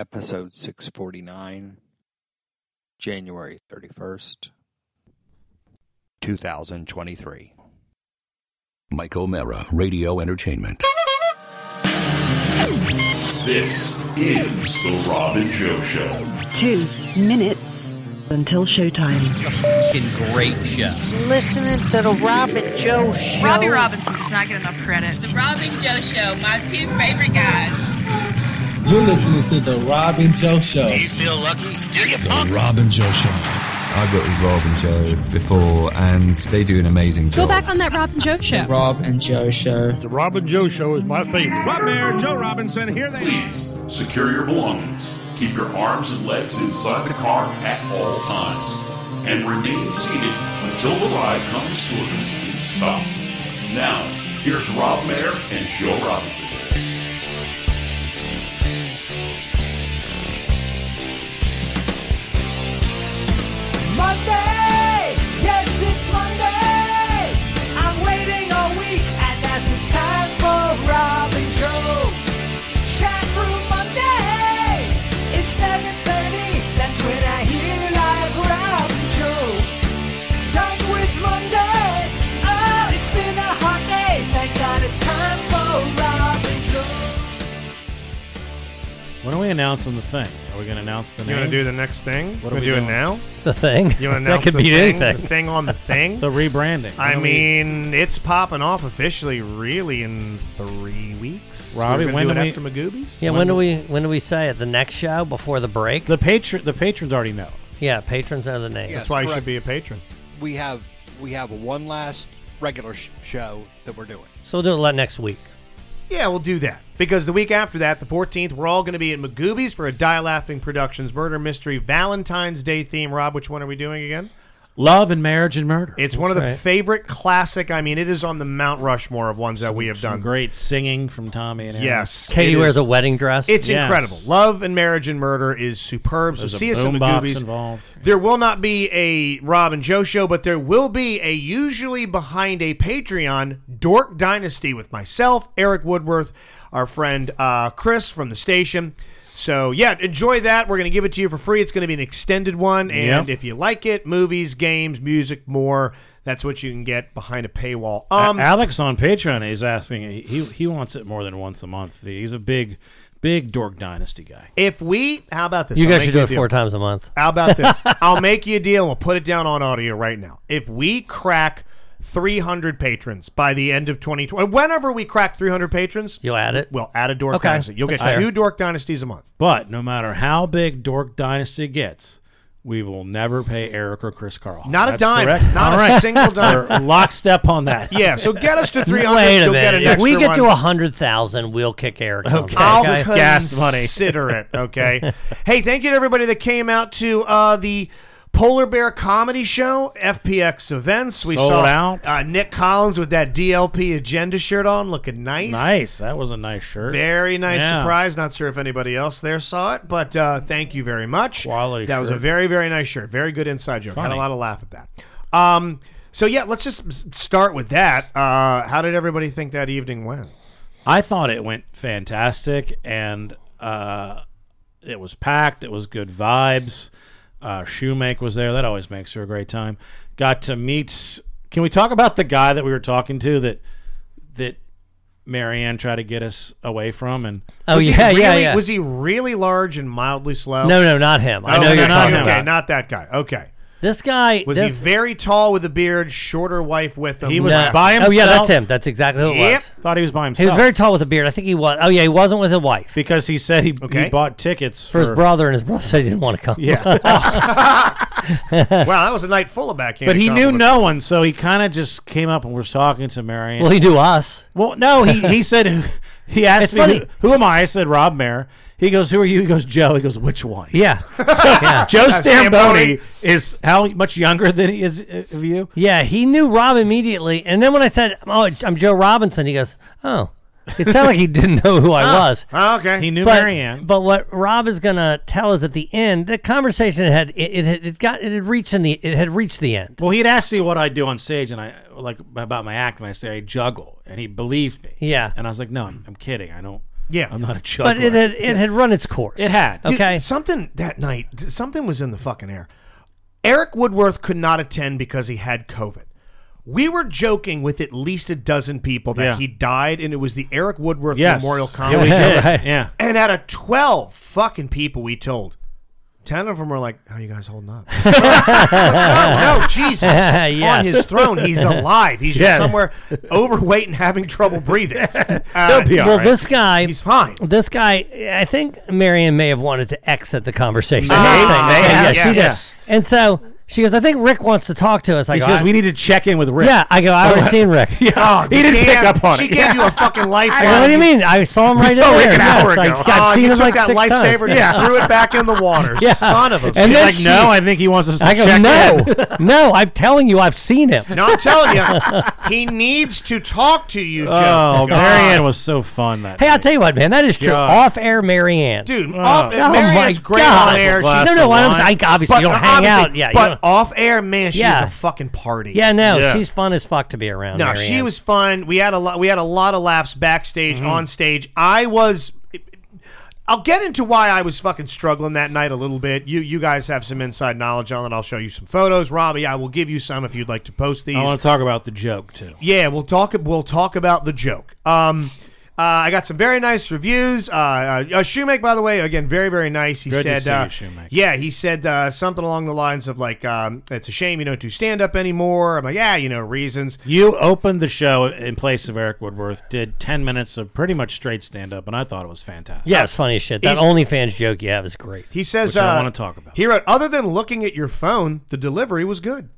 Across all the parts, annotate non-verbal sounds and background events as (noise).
Episode 649, January 31st, 2023. Mike O'Mara, Radio Entertainment. This is the Rob and Joe Show. two minutes until showtime. Fucking great show. listening to the Robin Joe show. Robbie Robinson does not get enough credit. The Robin Joe Show, my two favorite guys. You're listening to the Robin Joe Show. The Robin Joe Show. I've worked with Rob and Joe before, and they do an amazing job. on that Robin Joe show. Rob and Joe Show. Rob Mayer, Joe Robinson, here they Please secure your belongings. Keep your arms and legs inside the car at all times. And remain seated until the ride comes to a complete stop. Now, here's Rob Mayer and Joe Robinson. Monday! Yes, it's Monday! I'm waiting all week, at last it's time for Robin Joe. Chat Room Monday! It's 7.30, that's when I hear live Robin Joe. Done with Monday! Oh, it's been a hard day, thank God it's time for Robin Joe. When are we announcing the thing? Are we going to announce the You name? want to do the next thing? What Wanna are we do doing? it now? the thing. You (laughs) want to announce the thing? The thing on the thing? the rebranding. I When are we- mean, it's popping off officially, really, in three weeks. Robbie, We're gonna when do do it we- after Magoobies? Yeah, when do we when do we say it? The next show before the break? the patron. The patrons already know. Yeah, patrons know the name. That's why you should be a patron. We have we have one last regular sh- show that we're doing. So we'll do it next week. Yeah, we'll do that. Because the week after that, the 14th, we're all going to be at Magoobies for a Die Laughing Productions murder mystery Valentine's Day theme. Rob, which one are we doing again? Love and marriage and murder. It's one of the right. favorite classic. I mean, it is on the Mount Rushmore of ones that we have Some done. great singing from Tommy and Aaron. Yes. Katie it wears is- a wedding dress. It's Yes. incredible. Love and Marriage and Murder is superb. So There's a see us in the boombox Goobies. involved. There will not be a Rob and Joe show, but there will be a usually behind a Patreon Dork Dynasty with myself, Eric Woodworth, our friend uh, Chris from the station. So yeah, enjoy that. We're gonna give it to you for free. It's gonna be an extended one, and Yep. if you like it, movies, games, music, more. That's what you can get behind a paywall. A- Um, Alex on Patreon is asking. He he wants it more than once a month. He's a big, big Dork Dynasty guy. if we, how about this? you I'll guys make should do you it a deal. four times a month. How about this? I'll make you a deal and we'll put it down on audio right now. If we crack 300 patrons by the end of 2020, whenever we crack 300 patrons, You'll add it. we'll add a Dork Okay. Dynasty. You'll get That's fair. two Dork Dynasties a month. But no matter how big Dork Dynasty gets, we will never pay Eric or Chris Carl. Not a That's dime. correct. Not All a right. (laughs) single dime. We're (laughs) lockstep on that. Yeah, so get us to 300. Wait a you'll get minute. an if extra we get to one. to hundred thousand, we'll kick Eric. Oh, Okay. I'll okay? Gas money. consider it. (laughs) Okay. hey, thank you to everybody that came out to uh, the Polar Bear Comedy Show, FPX events. We Sold saw out. Uh, Nick Collins with that DLP agenda shirt on, looking nice. Nice. That was a nice shirt. Very nice Yeah. surprise. Not sure if anybody else there saw it, but uh, thank you very much. Quality That was a shirt. very, very nice shirt. Very good inside joke. Had a Funny. lot of laugh at that. Um, so yeah, let's just s- start with that. Uh, how did everybody think that evening went? I thought it went fantastic, and uh, it was packed. It was good vibes. Uh, Shoemake was there. That always makes for a great time. Got to meet. Can we talk about the guy that we were talking to that that Marianne tried to get us away from? And Oh Was he yeah, yeah, really- yeah. Was he really large and mildly slow? no, no, not him. I Oh, know okay, you're talking okay, about not that guy. Okay. this guy. Was this, he very tall with a beard, shorter wife with him? He was no. by Oh yeah, himself? that's him. That's exactly who it Yep. was. thought he was by He himself. was very tall with a beard. I think he was. Oh yeah, he wasn't with a wife. because he said he, Okay. he bought tickets for his brother, and his brother said he didn't want to come. (laughs) Yeah, Wow, that was a night full of backhand. but he knew compliments. no one, so he kind of just came up and was talking to Marianne. Well, he do us. Well, no, he, he said (laughs) who- he asked It's me funny. Who, who am I? I said Rob Mayer. He goes, "Who are you?" He goes, "Joe." He goes, "Which one?" (laughs) Yeah. (laughs) yeah. Joe Stamboni. Stamboni is how much younger than he is uh, of you? Yeah, he knew Rob immediately. And then when I said, "Oh, I'm Joe Robinson," he goes, "Oh." It sounded like he didn't know who I was. Oh, okay. He knew Marianne. but what Rob is gonna tell us at the end, the conversation had it, it had it got it had reached in the it had reached the end. well, he'd asked me what I do on stage, and I like about my act, and I say I juggle, and he believed me. Yeah. and I was like, "No, I'm, I'm kidding. I don't." Yeah. I'm not a juggler. But it had it had run its course. It had. Dude, Okay. something that night, something was in the fucking air. Eric Woodworth could not attend because he had COVID. We were joking with at least a dozen people that Yeah. he died, and it was the Eric Woodworth Yes. Memorial Yeah, Comedy we Show. did. Right. Yeah. And out of 12 fucking people we told, 10 of them were like, How you guys holding up? (laughs) no, no, (laughs) Jesus. Yes. On his throne, he's alive. He's Yes. just somewhere overweight and having trouble (laughs) breathing. Uh, well, this guy, he's fine. This guy, I think Marion may have wanted to exit the conversation. May- Ah, may have, she did. yes. And so she goes, I think Rick wants to talk to us. I He go, says "I- we need to check in with Rick. Yeah, I go, I already seen (laughs) Rick. (laughs) Yeah. Oh, he didn't damn, pick up on she it. gave you a fucking lifeline. I go, what do you mean? I saw him We right saw there. Rick an Yes, hour I- ago. I've Oh, seen you him took like that six lifesaver times. and just threw it back in the water. Yeah. Son of a And She's then like, she- no, I think he wants us to I go, check in. (laughs) no, no, I'm telling you, I've seen him. No, I'm telling (laughs) you, he needs to talk to you, Joe. Oh, God. Marianne was so fun that Hey, night. I'll tell you what, man, that is true. God. Off air Marianne. Dude, off, Oh, Marianne's my great God. on air. Glass no, of no, I'm, I wine. obviously but don't hang obviously- out. Yeah, you but don't- off air, man, she's Yeah. a fucking party. yeah, no, Yeah. she's fun as fuck to be around. No, Marianne. she was fun. We had a lot. We had a lot of laughs backstage, Mm-hmm. on stage. I was. I'll get into why I was fucking struggling that night a little bit. You you guys have some inside knowledge on it. I'll show you some photos, Robbie. I will give you some if you'd like to post these. I want to talk about the joke too. Yeah, we'll talk. We'll talk about the joke. Um, uh, I got some very nice reviews. Uh, uh, uh, Shoemake, by the way, again, very very nice. He Good to said, see you, uh, Shoemake. yeah, he said uh, something along the lines of like, um, "It's a shame you don't do stand up anymore." I'm like, yeah, you know, reasons. You opened the show in place of Eric Woodworth, did 10 minutes of pretty much straight stand up, and I thought it was fantastic. Yeah, it's funny as shit. That He's- OnlyFans joke you have is great. He says, Which I uh, wanna talk about. He wrote, "Other than looking at your phone, the delivery was good."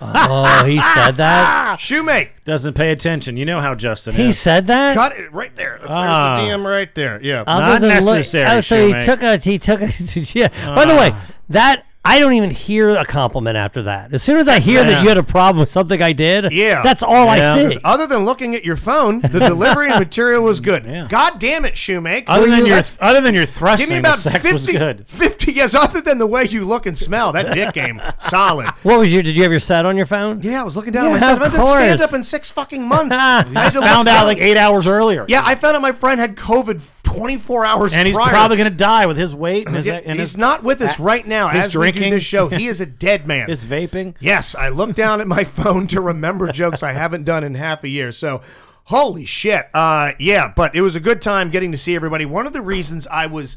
Oh, he said that. (laughs) Shoemake, Doesn't pay attention. You know how Justin He is. said that. cut it right there. That's, Ah. There's the DM right there. Yeah. Not than look- necessary, Ah. oh, so he Shoemake. took a. He took a. (laughs) yeah. By the way, that I don't even hear a compliment after that. As soon as I hear that Yeah. you had a problem with something I did, Yeah. that's all Yeah. Uh, I see. Other than looking at your phone, the (laughs) delivery and material was good. Yeah. God damn it, Shoemake. Other than, your, That's (laughs) other than your thrusting, Give me about the sex 50, was good. 50 yes, other than the way you look and smell. That dick game, solid. What was your? Did you have your set on your phone? (laughs) Yeah, I was looking down Yeah, at myself. I of didn't stand course. up in six fucking months. (laughs) I had to look Found out down. like eight hours earlier. Yeah, I found out my friend had COVID 24 hours And he's prior. probably going to die with his weight and his. Yeah, and he's his, not with us right now. his As we drinking. do this (laughs) show, he is a dead man. his vaping. yes, I looked down at my (laughs) phone to remember jokes I haven't done in half a year. So, holy shit. Uh, yeah, but it was a good time getting to see everybody. One of the reasons I was.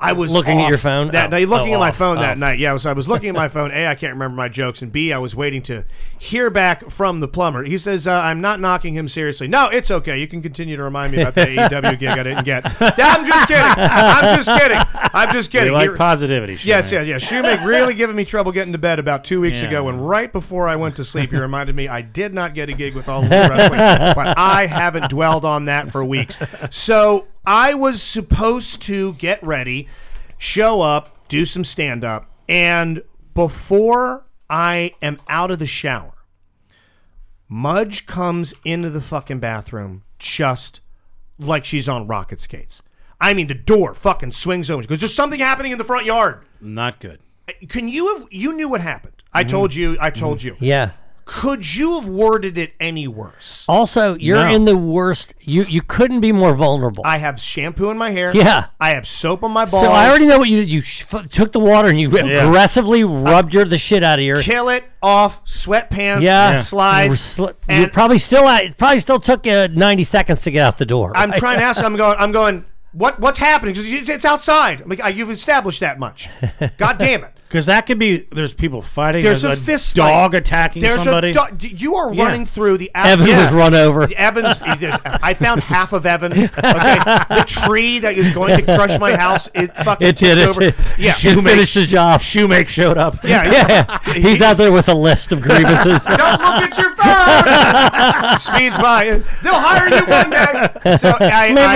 I was Looking at off your phone? that Oh. night. Looking Oh, at my off. phone that Oh. night. Yeah, I was. I was looking (laughs) at my phone. A, I can't remember my jokes, and B, I was waiting to hear back from the plumber. He says, uh, "I'm not knocking him seriously. No, it's okay. You can continue to remind me about that AEW gig I didn't (laughs) get. I'm just kidding. I'm just kidding. I'm just We kidding. like Here- positivity. Yes, Shane. yes, yes. Shoemake really giving me trouble getting to bed about two weeks Yeah. ago, and right before I went to sleep, he reminded me I did not get a gig with all the wrestling, but I haven't dwelled on that for weeks. So I was supposed to get ready, show up, do some stand up, and before I am out of the shower, Mudge comes into the fucking bathroom just like she's on rocket skates. I mean, the door fucking swings open. She goes, "There's something happening in the front yard." Not good. Can you have? You knew what happened. I told you. I told you. Mm-hmm. Yeah. Could you have worded it any worse? Also, you're No. in the worst. You you couldn't be more vulnerable. I have shampoo in my hair. Yeah. I have soap on my balls. so I already know what you did. You sh- f- took the water and you aggressively rubbed your the shit out of your. Kill it off. Sweatpants. Yeah. You, were Slides. sli- you and probably still at, it probably still took you 90 seconds to get out the door. I'm right? trying to ask. I'm going. I'm going. What what's happening? Because it's outside. I'm like, "Ah, you've established that (laughs) much. God damn it. Because that could be. There's people fighting. There's, a, fist dog fight. attacking There's somebody. A dog- you are Yeah. running through the. ab- Evan yeah. was run over. The Evans, there's- I found half of Evan. Okay, the tree that is going to crush my house, it fucking It did. tipped It, over. (laughs) did. Yeah, Shoe finished the job. Shoemake showed up. Yeah, (laughs) yeah. He's out there with a (laughs) list of grievances. Don't look at your (laughs) phone. Speeds by. They'll hire you one day. So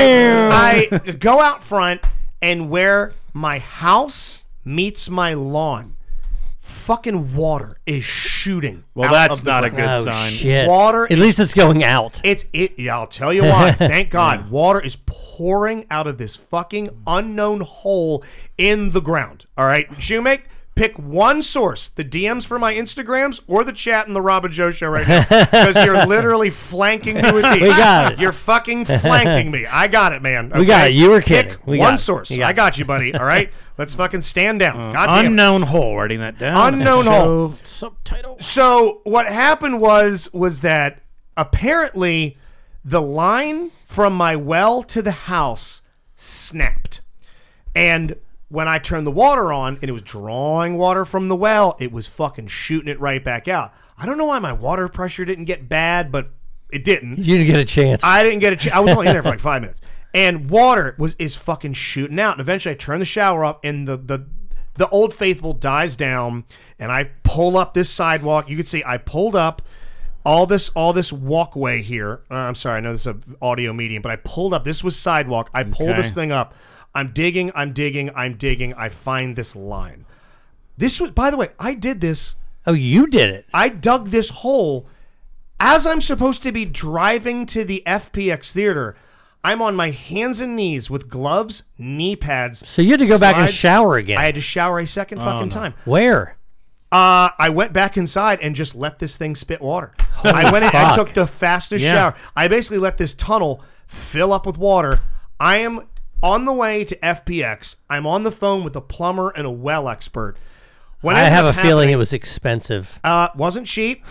I, I, I go out front and where my house meets my lawn, fucking water is shooting. well, out that's of the not a ground. good oh sign. shit! Water At is- least it's going out. It's it. Yeah, I'll tell you (laughs) why. Thank God, water is pouring out of this fucking unknown hole in the ground. All right, shoemake. Pick one source, the DMs for my Instagrams or the chat in the Robin Joe show right (laughs) now, because you're literally flanking me with these. We got it. You're fucking flanking me. I got it, man. We got okay? it. You were Pick kidding. We got one it. source. You got I it. got you, buddy. All right, let's fucking stand down. God damn. unknown hole. Writing that down. Unknown Show hole. Subtitle. So what happened was was that apparently the line from my well to the house snapped. And when I turned the water on and it was drawing water from the well, it was fucking shooting it right back out. I don't know why my water pressure didn't get bad, but it didn't. You didn't get a chance. I didn't get a chance. I was only in there for like five minutes, and water was is fucking shooting out. And eventually, I turn the shower off, and the the the old faithful dies down, and I pull up this sidewalk. You can see I pulled up all this all this walkway here. Uh, I'm sorry, I know this is an audio medium, but I pulled up. This was sidewalk. I pulled Okay. this thing up. I'm digging. I'm digging. I'm digging. I find this line. This was, by the way, I did this Oh, you did it. I dug this hole as I'm supposed to be driving to the FPX theater. I'm on my hands and knees with gloves, knee pads. So you had to go back and slides. shower again. I had to shower a second fucking time. Where? Uh, I went back inside and just let this thing spit water. I went in and fuck. took the fastest Yeah. shower. I basically let this tunnel fill up with water. I am on the way to FPX. I'm on the phone with a plumber and a well expert. What I ended have a up feeling happening- it was expensive. uh, wasn't cheap.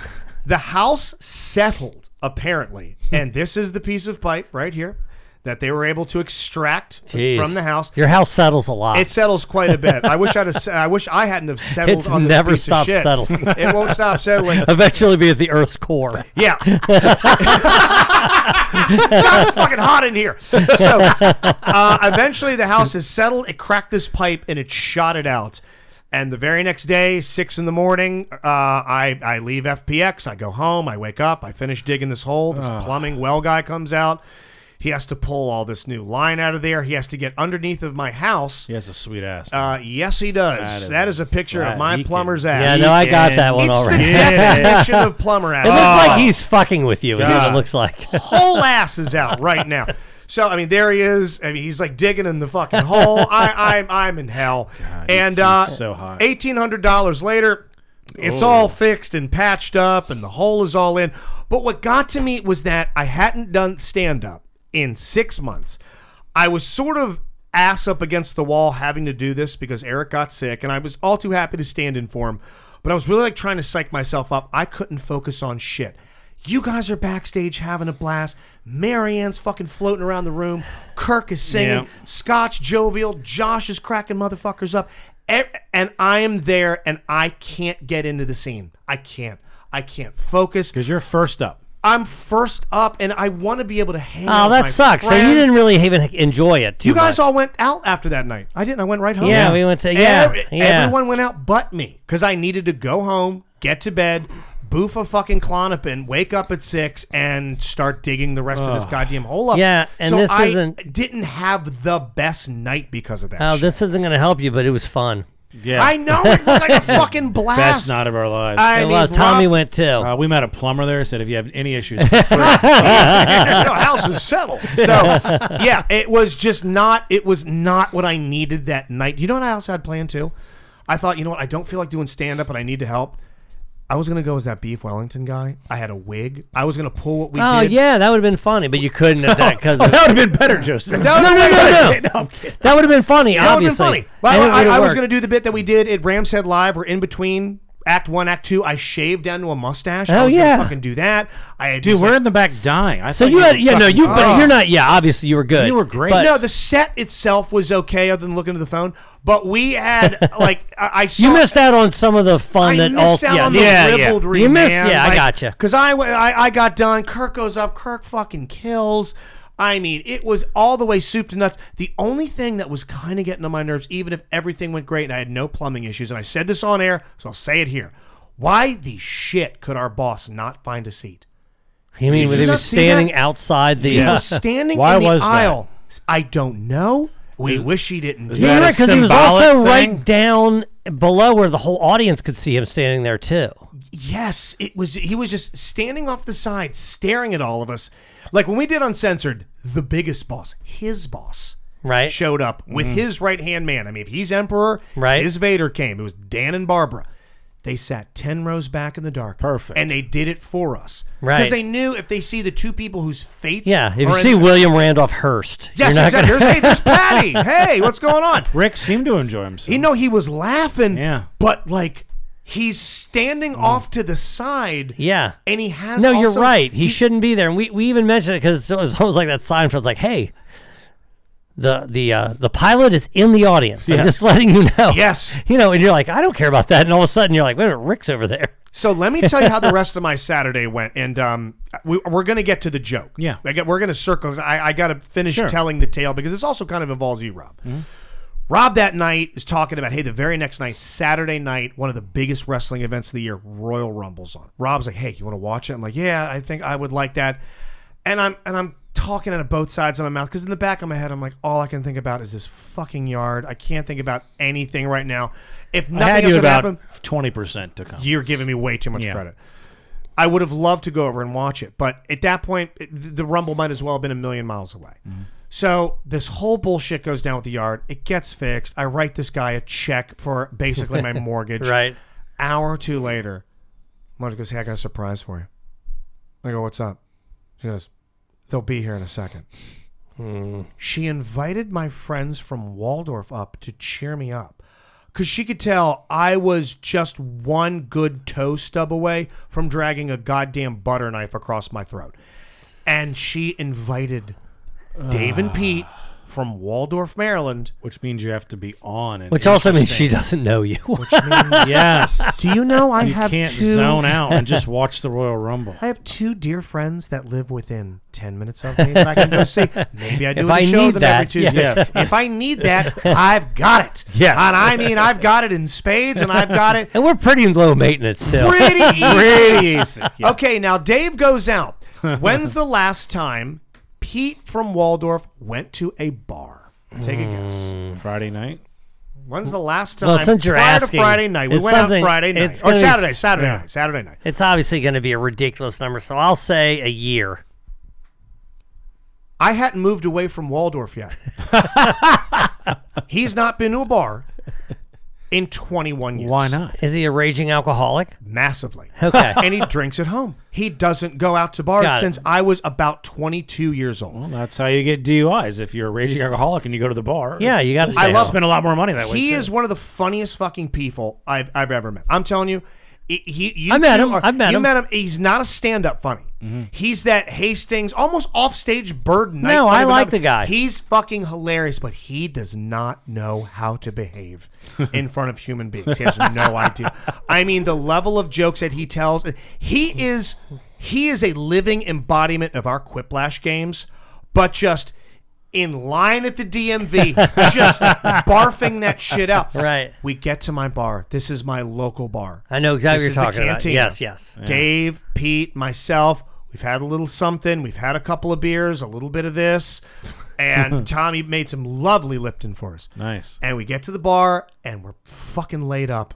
The house settled apparently, and this is the piece of pipe right here that they were able to extract Jeez. from the house. Your house settles a lot. It settles quite a bit. I wish I'd have, se- I wish I hadn't have settled It's on this never piece stopped of shit. settling. It won't stop (laughs) settling. (laughs) Eventually, be at the Earth's core. Yeah. (laughs) God, it's fucking hot in here. So uh, eventually the house is settled. It cracked this pipe and it shot it out. And the very next day, six in the morning, uh, I, I leave FPX. I go home. I wake up. I finish digging this hole. This plumbing well guy comes out. He has to pull all this new line out of there. He has to get underneath of my house. He has a sweet ass. Uh, yes, he does. That That is, is- a picture that of my he can- plumber's Yeah, ass. no, I got that one it's the (laughs) already. definition of plumber ass. It looks Oh. like he's fucking with you. Is what Oh. God. it looks like. whole ass is out right now. So I mean, there he is. I mean, he's like digging in the fucking hole. I, I'm I'm in hell. and he's uh, so hot. eighteen hundred dollars later, it's all fixed and patched up, and the hole is all in. But what got to me was that I hadn't done stand up in six months. I was sort of ass up against the wall having to do this because Eric got sick, and I was all too happy to stand in for him. But I was really like trying to psych myself up. I couldn't focus on shit. You guys are backstage having a blast. Marianne's fucking floating around the room. Kirk is singing. Yeah. Scott's jovial. Josh is cracking motherfuckers up. E- And I am there and I can't get into the scene. I can't. I can't focus. Because you're first up. I'm first up and I want to be able to hang out. (laughs) Oh, with that my sucks. So you friends. didn't really even enjoy it. Too You guys much. all went out after that night. I didn't. I went right home. Yeah, we went to- yeah, Every- yeah. Everyone went out but me because I needed to go home, get to bed, boof a fucking clonopin, wake up at six, and start digging the rest of this goddamn hole up. Yeah, and so this I isn't- didn't have the best night because of that. Oh, shit. this isn't going to help you, but it was fun. Yeah. I know it was (laughs) like a fucking blast. Best night of our lives. I it mean, was. Tommy Rob- went too. uh, we met a plumber there. Said if you have any (laughs) (laughs) issues, Your house is settled. So yeah, it was just not. It was not what I needed that night. You know what I also had planned too? I thought, you know what? I don't feel like doing stand up, and I need to help. I was gonna go as that Beef Wellington guy. I had a wig. I was gonna pull what we oh did. yeah, that would have been funny, but you couldn't have that (laughs) because would have been better, Joseph. That would've No, no, been no, good. (laughs) no. that would have been funny. That would have been obviously, funny. But And it I, I- would've I was worked. gonna do the bit that we did at Rams Head Live. We're in between act one, act two. I shaved down to a mustache. I Oh, was yeah. gonna fucking do that. I had Dude, just, we're like, in the back dying. I So thought you had, were yeah, no, fucking- you, Oh. but you're not, yeah, obviously you were good. You were great. But no, the set itself was okay, other than looking at the phone. But we (laughs) had like I, I saw you missed out on some of the fun I that missed all, out yeah, on the yeah, yeah. ribaldry, You missed, man. yeah, I gotcha. Because I, w- I, I got done. Kirk goes up. Kirk fucking kills. I mean, it was all the way soup to nuts. The only thing that was kind of getting on my nerves, even if everything went great and I had no plumbing issues, and I said this on air, so I'll say it here. Why the shit could our boss not find a seat? You Did mean when you he not was see that? standing outside the? He uh, was (laughs) standing Why in the was that? aisle. I don't know. We wish he didn't. do that You're a right, because he was symbolic thing? also right down below where the whole audience could see him standing there too. Yes, it was. He was just standing off the side, staring at all of us. Like when we did Uncensored, the biggest boss, his boss, right. showed up with his right hand man. I mean, if he's emperor, right. his Vader came. It was Dan and Barbara. They sat ten rows back in the dark. Perfect. And they did it for us. Right. Because they knew if they see the two people whose fates Yeah, if you are in see William Randolph Hearst, Yes, you're not exactly. gonna- Here's, hey, there's Patty. Hey, what's going on? Rick seemed to enjoy himself. You know, he was laughing. Yeah. But like, he's standing off to the side. (laughs) Mm. Yeah. And he has. No, you're also- right. He, shouldn't be there. And we, we even mentioned it because it was (laughs) almost like that Seinfeld's like, hey, the the uh, the pilot is in the audience. Yeah. I'm just letting you know. Yes. (laughs) You know, and you're like, I don't care about that. And all of a sudden, you're like, wait a minute, Rick's over there. So let me tell you (laughs) how the rest of my Saturday went, and um, we, we're going to get to the joke. Yeah, I get, we're going to circle. I, I got to finish Sure. Mm-hmm. telling the tale because this also kind of involves you, Rob. Rob that night is talking about, hey, the very next night, Saturday night, one of the biggest wrestling events of the year, Royal Rumble's on. Rob's like, hey, you want to watch it? I'm like, yeah, I think I would like that. And I'm and I'm talking out of both sides of my mouth because in the back of my head, I'm like, all I can think about is this fucking yard. I can't think about anything right now. If I had nothing else you would about happen, twenty percent to come. you're giving me way too much Yeah. credit. I would have loved to go over and watch it, but at that point, it- the Rumble might as well have been a million miles away. So this whole bullshit goes down with the yard. It gets fixed. I write this guy a check for basically my mortgage. Right. Hour or two later, Marge goes, "Hey, I got a surprise for you." I go, "What's up?" She goes, "They'll be here in a second. She invited my friends from Waldorf up to cheer me up because she could tell I was just one good toe stub away from dragging a goddamn butter knife across my throat. And she invited Dave Ah. and Pete from Waldorf, Maryland. Which means you have to be on. And Which also means she interesting. doesn't know you. (laughs) Which means yes. Do you know I you have can't two- zone out and (laughs) just watch the Royal Rumble. (laughs) I have two dear friends that live within 10 minutes of me that I can go see. Maybe I do If the I show need them every that, Tuesday. yes. If I need that, I've got it. Yes. And I mean, I've got it in spades and I've got (laughs) it And we're pretty low maintenance still. Pretty easy. (laughs) Pretty easy, yeah. Okay, now Dave goes out. When's the last time Pete from Waldorf went to a bar? Take a guess. Friday night. When's the last time Well, since you're prior asking, to Friday night? We it's went out something- Friday night. it's Or gonna be- Saturday, Saturday yeah. night. Saturday night. It's obviously going to be a ridiculous number. So I'll say a year. I hadn't moved away from Waldorf yet. He's not been to a bar in 21 years. Why not? Is he a raging alcoholic? Massively. Okay. and he drinks at home. He doesn't go out to bars Got it. since I was about 22 years old. Well, that's how you get DUIs. If you're a raging alcoholic and you go to the bar, Yeah, you gotta I stay love out. spend a lot more money that way. He too. is one of the funniest fucking people I've I've ever met. I'm telling you, i- he you I met two him. are- I've met you him. Mm-hmm. met him. He's not a stand up funny. He's that Hastings almost offstage bird. Night No, funny, I but like not- the guy. He's fucking hilarious, but he does not know how to behave in front of human beings. He has no idea. I mean, the level of jokes that he tells. He is he is a living embodiment of our Quiplash games, but just. In line at the DMV, just barfing that shit out. Right. We get to my bar. This is my local bar. I know exactly This what you're is the talking about. cantina. Yes, yes. Yeah. Dave, Pete, myself, we've had a little something. We've had a couple of beers, a little bit of this. And Tommy made some lovely Lipton for us. Nice. And we get to the bar and we're fucking laid up.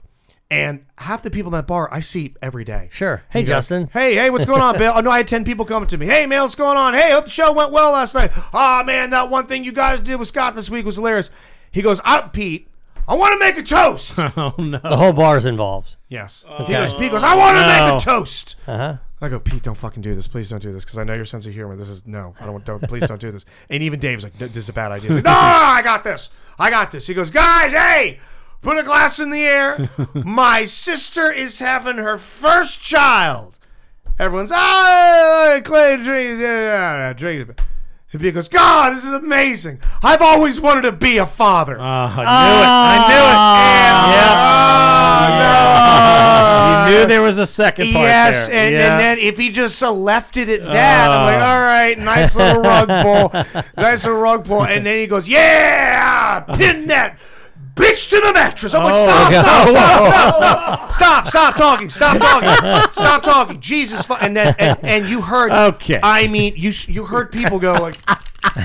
And half the people in that bar I see every day. Sure. Hey, He goes, Justin. Hey, hey, what's going on, Bill? Oh, no, I had 10 people coming to me. Hey, man, what's going on? Hey, hope the show went well last night. Oh, man, that one thing you guys did with Scott this week was hilarious. He goes, I, Pete, I want to make a toast. Oh no. The whole bar is involved. yes. Okay. He goes, Pete goes, I want to No. make a toast. Uh huh. I go, Pete, don't fucking do this. Please don't do this because I know your sense of humor. This is no, I don't. Don't please don't do this. And even Dave's like, this is a bad idea. He's like, no, I got this. I got this. He goes, guys, hey, put a glass in the (laughs) air. My sister is having her first child. Everyone's ah, Clay, drink, yeah, yeah, yeah, drink it. And Pete goes, God, this is amazing. I've always wanted to be a father. Ah, I knew I knew it. And- Ah, oh, (laughs) You no. knew there was a second part Yes, there. and, Yeah. and then if he just uh, left it at that, I'm like, Ah. all right, nice little (laughs) rug pull, nice little rug pull, and then he goes, yeah, pin that bitch to the mattress. I'm like, Oh, stop, stop, (laughs) stop, stop, stop, stop, stop talking, stop talking, stop talking, Jesus, fu-. and then and, and you heard, Okay. I mean, you s- you heard people go like, (laughs)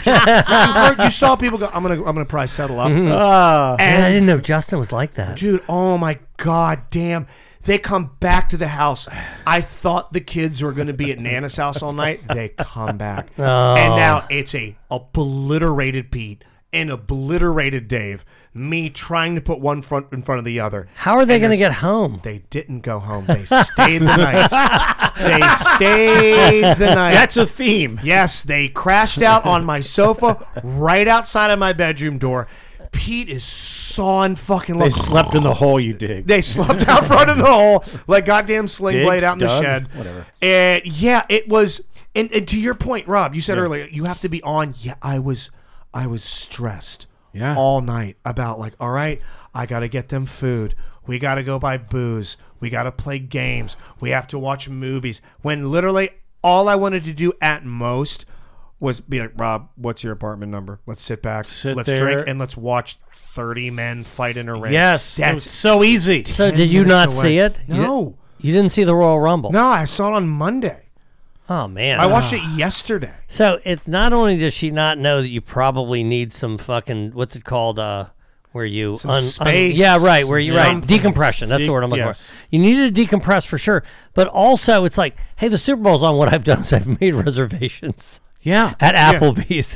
you, heard, you saw people go, I'm gonna I'm gonna probably settle up, Mm-hmm. Uh, And I and didn't know Justin was like that. dude oh my god damn they come back to the house i thought the kids were going to be at nana's Oh. house all night they come back and now it's a obliterated pete and obliterated Dave. Me trying to put one front in front of the other. How are they And going to there's- get home? They didn't go home. They stayed the night. They stayed the night. That's a theme. Yes, they crashed out on my sofa right outside of my bedroom door. Pete is sawing fucking. They lo- slept in the hole you dig. They slept out front of the hole like goddamn sling Digged, blade out in the dug, shed. whatever. And yeah, it was. And, and to your point, Rob, you said Yeah. earlier you have to be on. Yeah, I was, I was stressed. Yeah. All night about like, all right, I got to get them food. We got to go buy booze. We got to play games. We have to watch movies. When literally all I wanted to do at most was be like, Rob, what's your apartment number? Let's sit back, Sit let's there. drink, and let's watch thirty men fight in a ring. Yes, it that's was so easy. So did you not see it? You di- No. You didn't see the Royal Rumble. No, I saw it on Monday. Oh man. I watched it yesterday. So it's not only does she not know that you probably need some fucking what's it called uh where you Some space, yeah right where you right something. decompression that's De- the word I'm looking yes. for. You needed to decompress for sure, but also it's like hey the Super Bowl's on. What I've done is I've made (laughs) reservations Yeah. at Applebee's.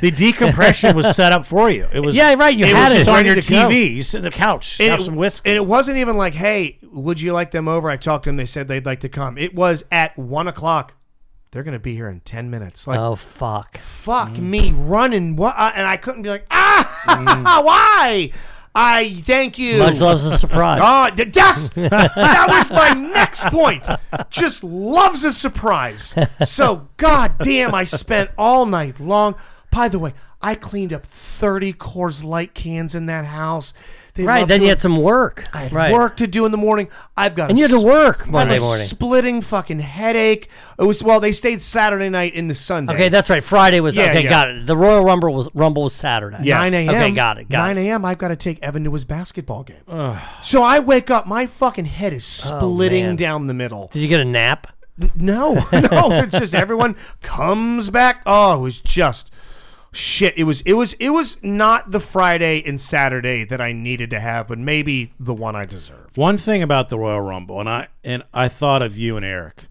(laughs) (laughs) The decompression was set up for you. It was Yeah, right, you it had was it. just on Ready your to go. TV. You sit on the couch, And have it- some whiskey. And it wasn't even like, hey, would you like them over? I talked to them. They said they'd like to come. It was at one o'clock. They're gonna be here in ten minutes. Like, oh Mm. fuck. fuck me, running what? Uh, and I couldn't be like, ah, (laughs) why? I thank you. Mm. Much loves a surprise. (laughs) Oh, d- yes! that was my next point. Just loves a surprise. So, goddamn, I spent all night long. By the way, I cleaned up 30 Coors Light cans in that house. They right love then you doing- had some work. I had right. work to do in the morning. I've got And you had to sp- work I have Monday a morning. Splitting fucking headache. It was well. They stayed Saturday night into Sunday. Okay, that's right. Friday was Yeah, okay. yeah. Got it. The Royal Rumble was Rumble was Saturday. 9 a.m. Okay, got it. Got 9 it. a.m. I've got to take Evan to his basketball game. so I wake up, my fucking head is splitting Oh, man. down the middle. Did you get a nap? No, (laughs) no, it's just everyone comes back. Oh, it was just shit. It was it was it was not the Friday and Saturday that I needed to have, but maybe the one I deserved. One thing about the Royal Rumble, and I and I thought of you and Eric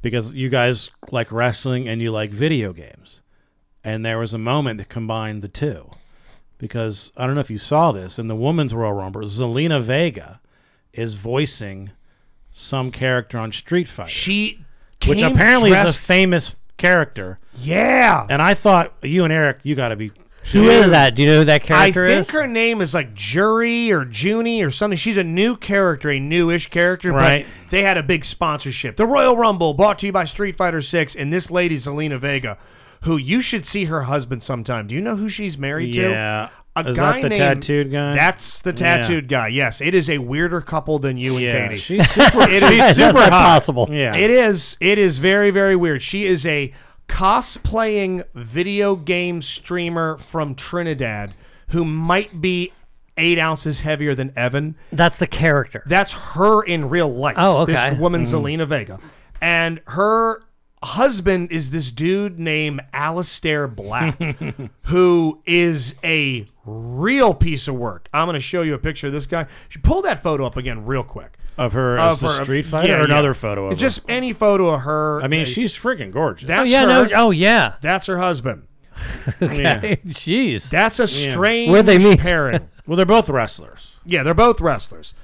because you guys like wrestling and you like video games, and there was a moment that combined the two. Because I don't know if you saw this in the women's Royal Rumble, Zelina Vega is voicing some character on Street Fighter, She which came apparently is a dressed- famous character. yeah. And I thought you and Eric, you got to be. Who is that? Do you know who that I character think (laughs) is? her name is like Jury or Junie or something. She's a new character, a newish character. Right. But they had a big sponsorship. The Royal Rumble, brought to you by Street Fighter Six, and this lady, Zelina Vega, who you should see her husband sometime. Do you know who she's married to? Yeah. A Is guy that the named- tattooed guy? That's the Yeah. tattooed guy. Yes, it is a weirder couple than you and Yeah, Katie. (laughs) she's super. (laughs) It How is is super that hot. possible? yeah, It is. It is very, very weird. She is a cosplaying video game streamer from Trinidad who might be eight ounces heavier than Evan. That's the character. That's her in real life. Oh, okay. This woman, Mm-hmm. Selena Vega. And her husband is this dude named Alistair (laughs) Black, who is a real piece of work. I'm going to show you a picture of this guy. Pull that photo up again, real quick. of her Of as Oh, a her- um, Street Fighter, yeah, or yeah. another photo of her? Just any photo of her. I mean, Uh, she's freaking gorgeous. That's oh yeah, her. no, oh yeah. That's her husband. Yeah. (laughs) Jeez. That's a strange Where'd they meet? pairing. (laughs) Well, they're both wrestlers. yeah, they're both wrestlers.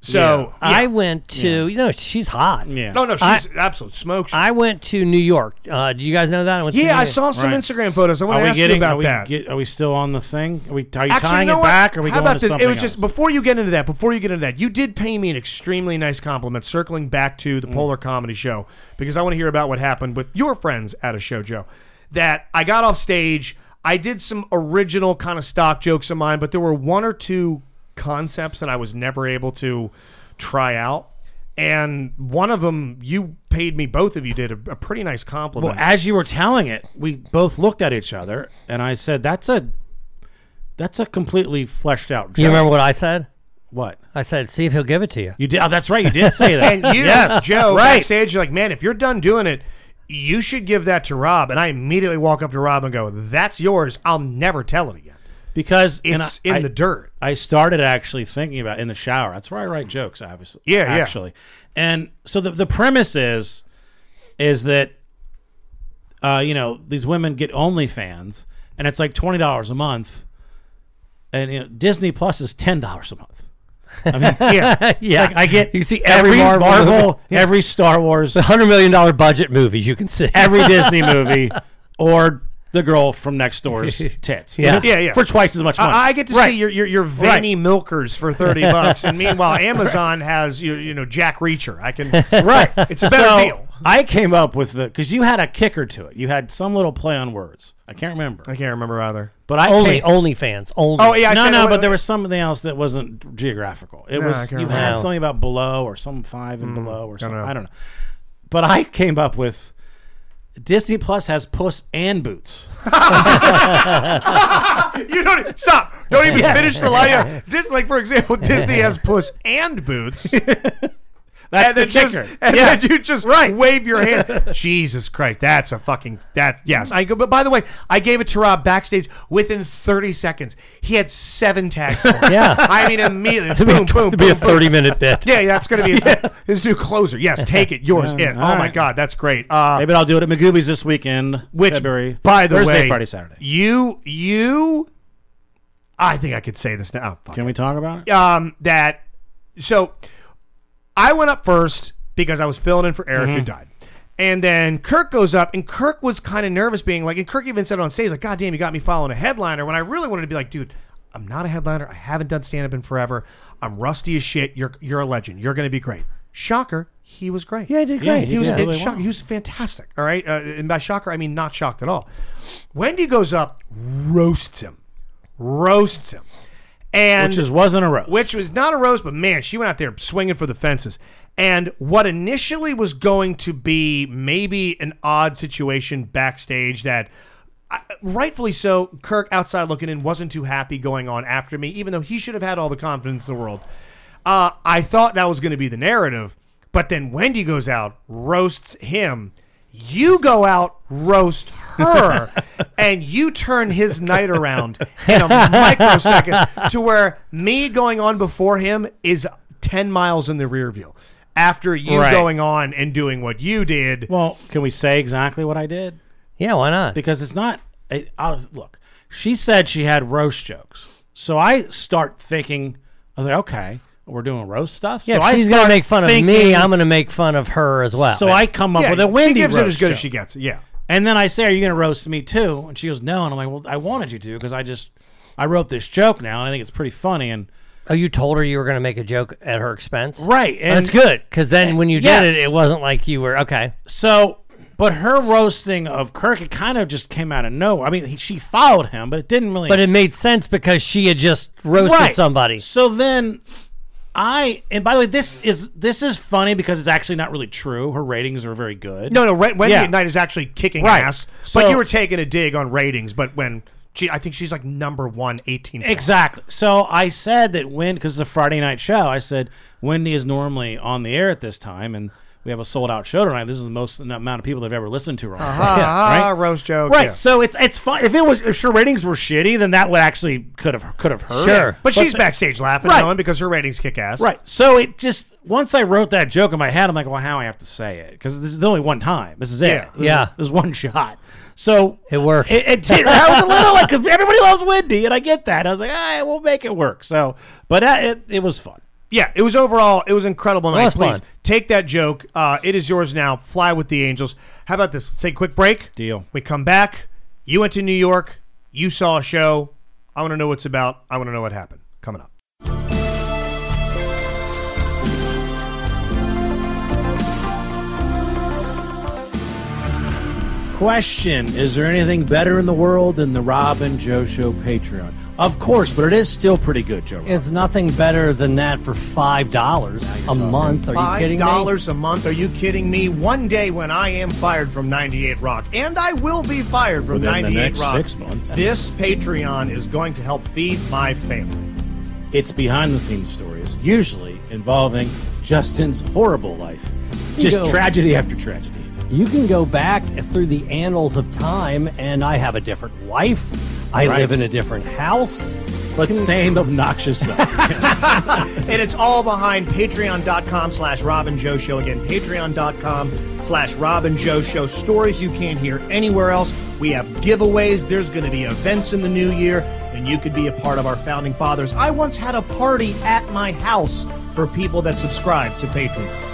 So uh, I went to you know she's hot. Yeah. no, no, she's absolute smoke. show. I went to New York. Uh, do you guys know that? I went to yeah, New I York. saw some Right. Instagram photos. I want Are to we ask getting? you about are we that. get- Are we still on the thing? Are we? Are you Actually, you tying know it what? back? Or are we How going about to this? something It was just else? before you get into that. Before you get into that, you did pay me an extremely nice compliment, circling back to the Mm. Polar Comedy Show because I want to hear about what happened with your friends at a show, Joe. That I got off stage. I did some original kind of stock jokes of mine, but there were one or two concepts that I was never able to try out. And one of them, you paid me. Both of you did a, a pretty nice Well, compliment. as you were telling it, we both looked at each other, and I said, "That's a, that's a completely fleshed out." Joke. You remember what I said? what I said, see if he'll give it to you. you did? Oh, that's right. You (laughs) did say that. And you, yes, Joe, Right. backstage, you're like, man, if you're done doing it, you should give that to Rob. And I immediately walk up to Rob and go, that's yours. I'll never tell it again. Because and It's I- in I- the (laughs) dirt. I started actually thinking about in the shower. That's where I write jokes, obviously. Yeah, yeah. actually. And so the the premise is is that uh, you know these women get OnlyFans, and it's like twenty dollars a month, and you know, Disney Plus is ten dollars a month. I mean, yeah, (laughs) Yeah. Like, I get You see every Marvel Marvel, movie. (laughs) Yeah. every Star Wars, The hundred million dollar budget movies you can see. every Disney movie, or the girl from next door's tits. Yeah. It's For twice as much money. I, I get to Right. see your your, your veiny milkers for (laughs) thirty bucks, and meanwhile Amazon has you you know Jack Reacher. I can (laughs) right. (laughs) It's a better So, deal. I came up with the because you had a kicker to it. You had some little play on words. I can't remember. I can't remember either. But I (laughs) only came- only fans. Only. Oh yeah, no, said- no, wait, but there wait. was something else that wasn't geographical. It No, I was can't you remember. Mm, had Wow. something about below or some five and below or something. know. I don't know. But I came up with Disney Plus has Puss and Boots. (laughs) You don't stop. Don't even finish the (laughs) line. Just like for example, Disney has Puss and Boots. That's and then the just kicker. (laughs) and then you just wave your hand. Jesus Christ, that's a fucking that. Yes, I go. But by the way, I gave it to Rob backstage within 30 seconds. He had seven tags. for it. Yeah. I mean immediately. It'd be, boom, a, tw- (laughs) boom, it'd be a boom, boom. thirty minute bit. Yeah, that's gonna be his, his new closer. Yes, take it, yours, Yeah, it. all Oh my right. God, that's great. Uh, Maybe I'll do it at Magoobies this weekend. which, February, by the Thursday, way, Friday, Saturday. you you, I think I could say this now. Oh, fuck Can we talk about it? um, that so I went up first because I was filling in for Eric Mm-hmm. who died. And then Kirk goes up, and Kirk was kind of nervous, being like, and Kirk even said it on stage, like, God damn, you got me following a headliner. When I really wanted to be like, dude, I'm not a headliner. I haven't done stand up in forever. I'm rusty as shit. You're you're a legend. You're gonna be great. Shocker, he was great. Yeah, he did Yeah, great. he He was did really it- shock- well. He was fantastic. All right, uh, and by shocker, I mean not shocked at all. Wendy goes up, roasts him, roasts him, and Which is wasn't a roast. which was not a roast, but man, she went out there swinging for the fences. And what initially was going to be maybe an odd situation backstage that. I- Rightfully so, Kirk outside looking in wasn't too happy going on after me, even though he should have had all the confidence in the world. Uh, I thought that was going to be the narrative, but then Wendy goes out, roasts him. You go out, roast (laughs) her, and you turn his night around in a microsecond to where me going on before him is 10 miles in the rear view after you Right. going on and doing what you did. well, can we say exactly what I did? Yeah, why not? because it's not. I, I was, look, she said she had roast jokes, so I start thinking. I was like, okay, we're doing roast stuff. (laughs) yeah, so if I she's gonna start make fun of me. thinking- I'm gonna make fun of her as well. So I come up yeah, with a she Wendy gives roast it as good joke. as she gets. Yeah. and then I say, "Are you going to roast me too?" And she goes, "No." And I'm like, "Well, I wanted you to because I just I wrote this joke now, and I think it's pretty funny." And oh, you told her you were gonna make a joke at her expense, Right, And, Eh, and- That's good because then when you did Yes. it, it wasn't like you were okay. so, but her roasting of Kirk, it kind of just came out of nowhere. I mean, he, she followed him, but it didn't really. But it made sense because she had just roasted Right. somebody. So then I and by the way, this is this is funny because it's actually not really true. Her ratings are very good. No, no, Re- Wendy Yeah. at night is actually kicking Right. ass. So- but you were taking a dig on ratings, but when she, I think she's like number one, 18. points. Exactly. So I said that when because it's a Friday night show, I said Wendy is normally on the air at this time and we have a sold out show tonight. This is the most amount of people they've ever listened to her on Friday. Ah, right? roast joke. Right, yeah. so it's it's fun. If it was if her ratings were shitty, then that would actually could have could have hurt. Sure. But she's backstage laughing, Right. knowing because her ratings kick ass. Right. So it just once I wrote that joke in my head, I'm like, well, how do I have to say it because this is the only one time. This is it. Yeah. This is- Yeah. This is one shot. So It worked. It, it did. I was a little like because everybody loves Wendy, and I get that. I was like, all right, we'll make it work. So, but uh, it it was fun. Yeah, it was overall, it was incredible night. that's Please fun. take that joke. Uh, it is yours now. Fly with the angels. How about this? Let's take a quick break. Deal. We come back. You went to New York. You saw a show. I want to know what's about. I want to know what happened. Coming up. Question: Is there anything better in the world than the Rob and Joe Show Patreon? Of course, but it is still pretty good, Joe. Rob. It's nothing better than that for five dollars a month. Are you Five kidding me? dollars a month? Are you kidding me? One day when I am fired from 98 Rock, and I will be fired from Within the 98 next Rock. six months. This Patreon is going to help feed my family. It's behind the scenes stories, usually involving Justin's horrible life, just Ego. tragedy after tragedy. You can go back through the annals of time, and I have a different wife. I Right. live in a different house. But same (laughs) obnoxious stuff. And it's all behind patreon.com slash Robin Joe Show. Again, patreon.com slash Robin Joe Show. Stories you can't hear anywhere else. We have giveaways. There's going to be events in the new year. The and you could be a part of our founding fathers. I once had a party at my house for people that subscribe to Patreon.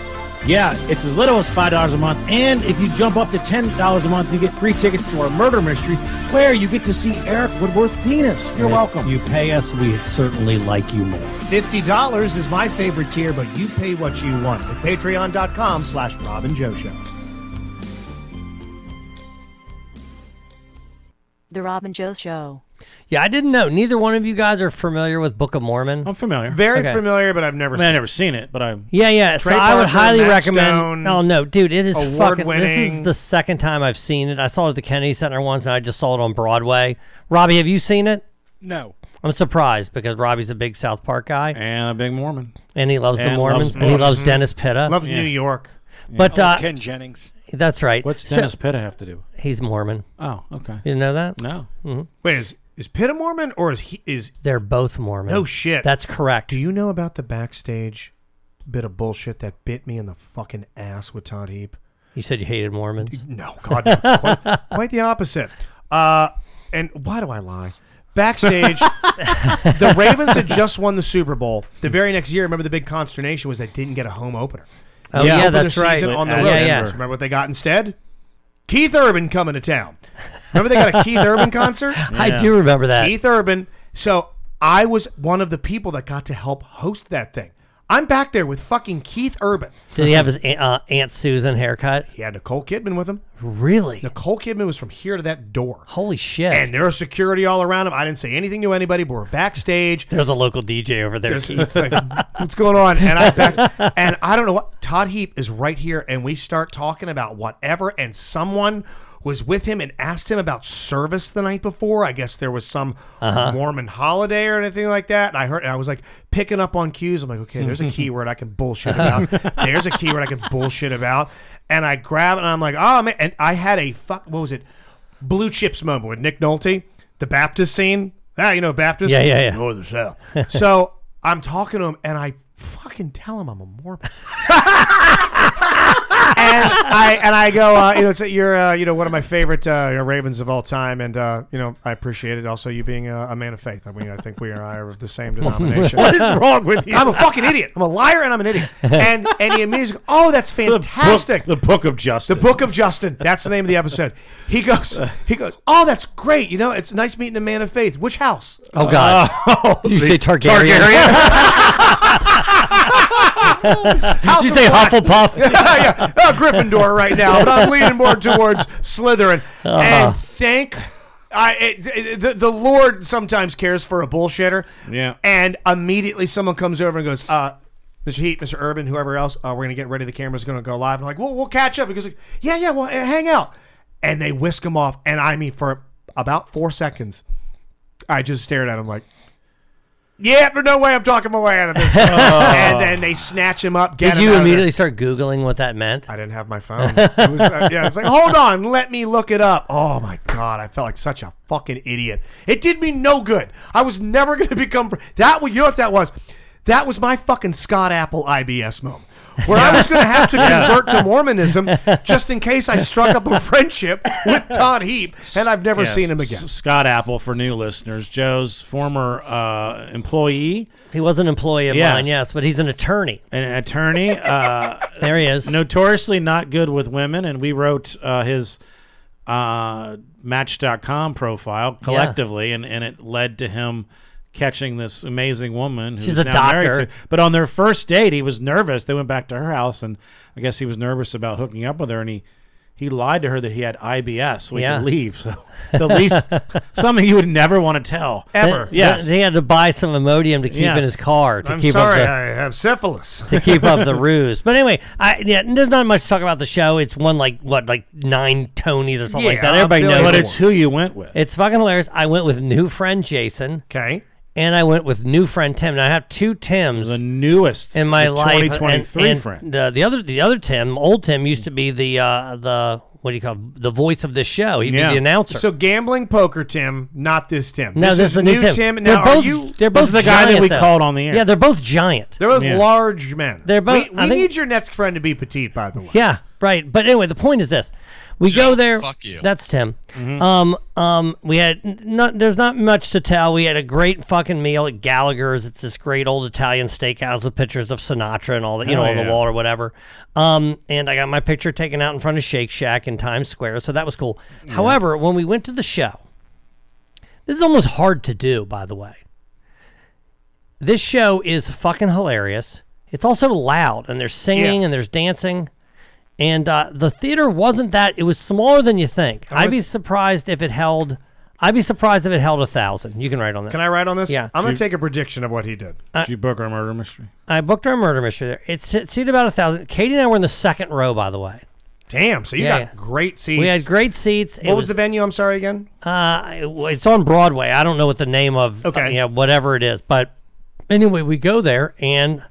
Yeah, it's as little as five dollars a month, and if you jump up to ten dollars a month, you get free tickets to our murder mystery, where you get to see Eric Woodworth penis. You're And if welcome. You pay us, we certainly like you more. $50 is my favorite tier, but you pay what you want at patreon.com slash Robin Joe Show. The Robin Joe Show. Yeah, I didn't know. Neither one of you guys are familiar with Book of Mormon. I'm familiar, Very familiar, but I've never. I mean, seen I've never seen it, but I'm Yeah, yeah. so Trey I would Parker, highly Matt recommend. Stone, oh no, dude, it is fucking. This is award-winning- the second time I've seen it. I saw it at the Kennedy Center once, and I just saw it on Broadway. Robbie, have you seen it? No. I'm surprised because Robbie's a big South Park guy and a big Mormon, and he loves the And Mormons, loves and he loves Mormons. Dennis Pitta, Loves New York. But Oh, uh, Ken Jennings. That's right. What's So- Dennis Pitta have to do? He's Mormon. Oh, okay. You didn't know that? No. Mhm. Wait, is, is Pitt a Mormon or is he is They're both Mormon. No shit. That's correct. Do you know about the backstage bit of bullshit that bit me in the fucking ass with Todd Heap? You said you hated Mormons. No, God, (laughs) no. quite, quite the opposite. Uh, and why do I lie? Backstage, (laughs) the Ravens had just won the Super Bowl. The very next year, remember the big consternation was they didn't get a home opener. Oh, They yeah, opened their that's right. season On the Yeah, road. yeah. Remember what they got instead? Keith Urban coming to town. Remember they got a Keith Urban concert? (laughs) I Yeah. do remember that. Keith Urban. So I was one of the people that got to help host that thing. I'm back there with fucking Keith Urban. Did he have his aunt, uh, aunt Susan haircut? He had Nicole Kidman with him. Really? Nicole Kidman was from here to that door. Holy shit. And there was security all around him. I didn't say anything to anybody, but we're backstage. There's a local DJ over there. There's- Keith. it's like, what's going on? And I (laughs) back, and I don't know what Todd Heap is right here, and we start talking about whatever, and someone was with him and asked him about service the night before. I guess there was some Uh-huh. Mormon holiday or anything like that. And I heard, and I was like picking up on cues. I'm like, okay, there's a (laughs) keyword I can bullshit about. there's a keyword I can bullshit about. And I grab it, and I'm like, oh man. And I had a fuck. What was it? Blue chips moment with Nick Nolte, the Baptist scene. Ah, you know Baptist. Yeah, yeah, yeah. North of the (laughs) South. so I'm talking to him, and I fucking tell him I'm a (laughs) Mormon. and I and I go, uh, you know, it's, you're uh, you know one of my favorite uh, you know, Ravens of all time, and uh, you know I appreciate it. Also, you being a, a man of faith. I mean, I think we and I are of the same (laughs) denomination. (laughs) What is wrong with you? I'm a fucking idiot. I'm a liar and I'm an (laughs) idiot. And and he immediately, goes, oh, that's fantastic. The Book of Justice. The Book of Justin. That's the name of the episode. He goes, he goes. Oh, that's great. You know, it's nice meeting a man of faith. Which house? Oh, God. (laughs) Did you say Targaryen? House Did of you say Black. (laughs) Hufflepuff? yeah, yeah. Oh, Gryffindor right now, but I'm leaning more towards Slytherin. Uh-huh. And thank. I, it, it- the, the Lord sometimes cares for a bullshitter. Yeah. And immediately someone comes over and goes, uh, Mr. Heat, Mr. Urban, whoever else, uh, we're going to get ready. The camera's going to go live. And I'm like, well, we'll catch up. He goes, like, yeah, yeah, well, uh, hang out. And they whisk him off. And I mean, for about four seconds, I just stared at him like, yeah, but no way I'm talking my way out of this. and then they snatch him up. Get Did him you out of there. immediately start Googling what that meant? I didn't have my phone. It was, uh, yeah, it's like, hold on, let me look it up. Oh my god, I felt like such a fucking idiot. It did me no good. I was never (laughs) going to become that. Was, you know what that was? That was my fucking Scott Apple IBS moment. Where I was going to (laughs) have to convert to Mormonism just in case I struck up (laughs) a friendship with Todd Heap, and I've never Yes, seen him again. S- Scott Apple for new listeners. Joe's former uh, employee. He was an employee of mine, yes, but he's an attorney. An attorney. Uh, there he is. Notoriously not good with women, and we wrote uh, his uh, Match.com profile collectively, and, and it led to him catching this amazing woman who's She's a now married doctor. to- But on their first date, he was nervous. They went back to her house, and I guess he was nervous about hooking up with her, and he. He lied to her that he had IBS, so he Yeah. could leave. So the (laughs) least something you would never want to tell ever. They- Yes, They had to buy some Imodium to keep in Yes. his car to I'm keep sorry, up the, I have syphilis. (laughs) to keep up the ruse. But anyway, I yeah, there's not much to talk about the show. It's won like what, like nine Tonys or something like Yeah, that. a Everybody billion knows, But it's who you went with. It's fucking hilarious. I went with new friend Jason. Okay. And I went with new friend Tim. And I have two Tims. The newest in my the life. and- 2023 and friend. The, the other the other Tim, old Tim, used to be the uh, the what do you call it? the voice of this show? He'd be the announcer. So gambling poker, Tim, not this Tim. No, this, is a new Tim. Now, they're both, are you? They're both giant, though. Yeah, they're both giant. They're both large men. They're both- We, I we think- need your next friend to be petite, by the way. Yeah, right. But anyway, the point is this: We Joe, go there. fuck you. That's Tim. Mm-hmm. Um, um, we had n- not. There's not much to tell. We had a great fucking meal at Gallagher's. It's this great old Italian steakhouse with pictures of Sinatra and all that, you Hell know, on yeah. the wall or whatever. Um, and I got my picture taken out in front of Shake Shack in Times Square, so that was cool. However, when we went to the show, this is almost hard to do, by the way. This show is fucking hilarious. It's also loud, and there's singing and there's dancing. And uh, the theater wasn't that; it was smaller than you think. I'd be surprised if it held. I'd be surprised if it held a thousand. You can write on that. Can I write on this? Yeah, Uh, I'm going to take a prediction of what he did. Did you book our murder mystery? I booked our murder mystery there. It's it seated about a thousand. Katie and I were in the second row, by the way. Damn, so you got Yeah, yeah. great seats. We had great seats. What was, the venue? I'm sorry again. Uh, it- well, it's on Broadway. I don't know what the name of okay, yeah, whatever it is. But anyway, we go there, and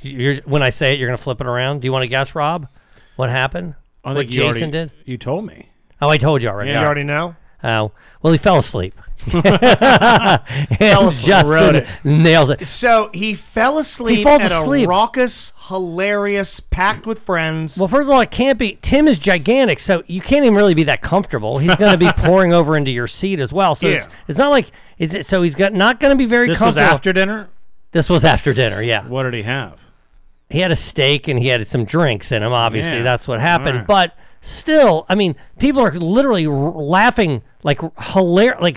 you're, when I say it, you're gonna flip it around. Do you want to guess, Rob, what happened? I what think you Jason already- did? You told me. Oh, I told you already. Yeah. You All already know? Oh, well, he (laughs) fell asleep. Fell and asleep. Justin Wrote it. nails it. So he fell asleep He falls at asleep. a raucous, hilarious, packed with friends. Well, first of all, it can't be. Tim is gigantic, so you can't even really be that comfortable. He's going to be pouring over into your seat as well. So it's, Yeah. it's not like it's it. So he's got not going to be very This was comfortable. after dinner. This was after dinner. Yeah. What did he have? He had a steak and he had some drinks in him. Obviously, Yeah. that's what Alright. happened. But still, I mean, people are literally r- laughing like hilarious, like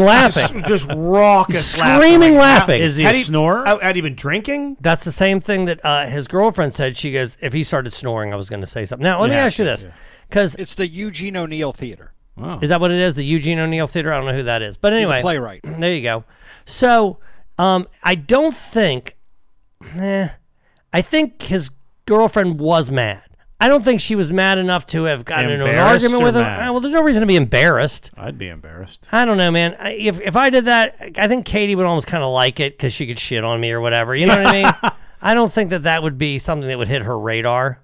(laughs) laughing. Just raucous Screaming laughing. Had Oh, had he been drinking? That's the same thing that uh, his girlfriend said. She goes, if he started snoring, I was going to say something. Now, let me Yeah, ask you yeah, this. Because It's the Eugene O'Neill Theater. is that what it is? The Eugene O'Neill Theater? I don't know who that is. But He's a anyway. playwright. (clears throat) There you go. So um, I don't think, eh, I think his girlfriend was mad. I don't think she was mad enough to have gotten into an Embarrassed argument or with him. mad? Uh, Well, there's no reason to be embarrassed. I'd be embarrassed. I don't know, man. I, if if I did that, I think Katie would almost kind of like it because she could shit on me or whatever. You know what I (laughs) mean? I don't think that that would be something that would hit her radar.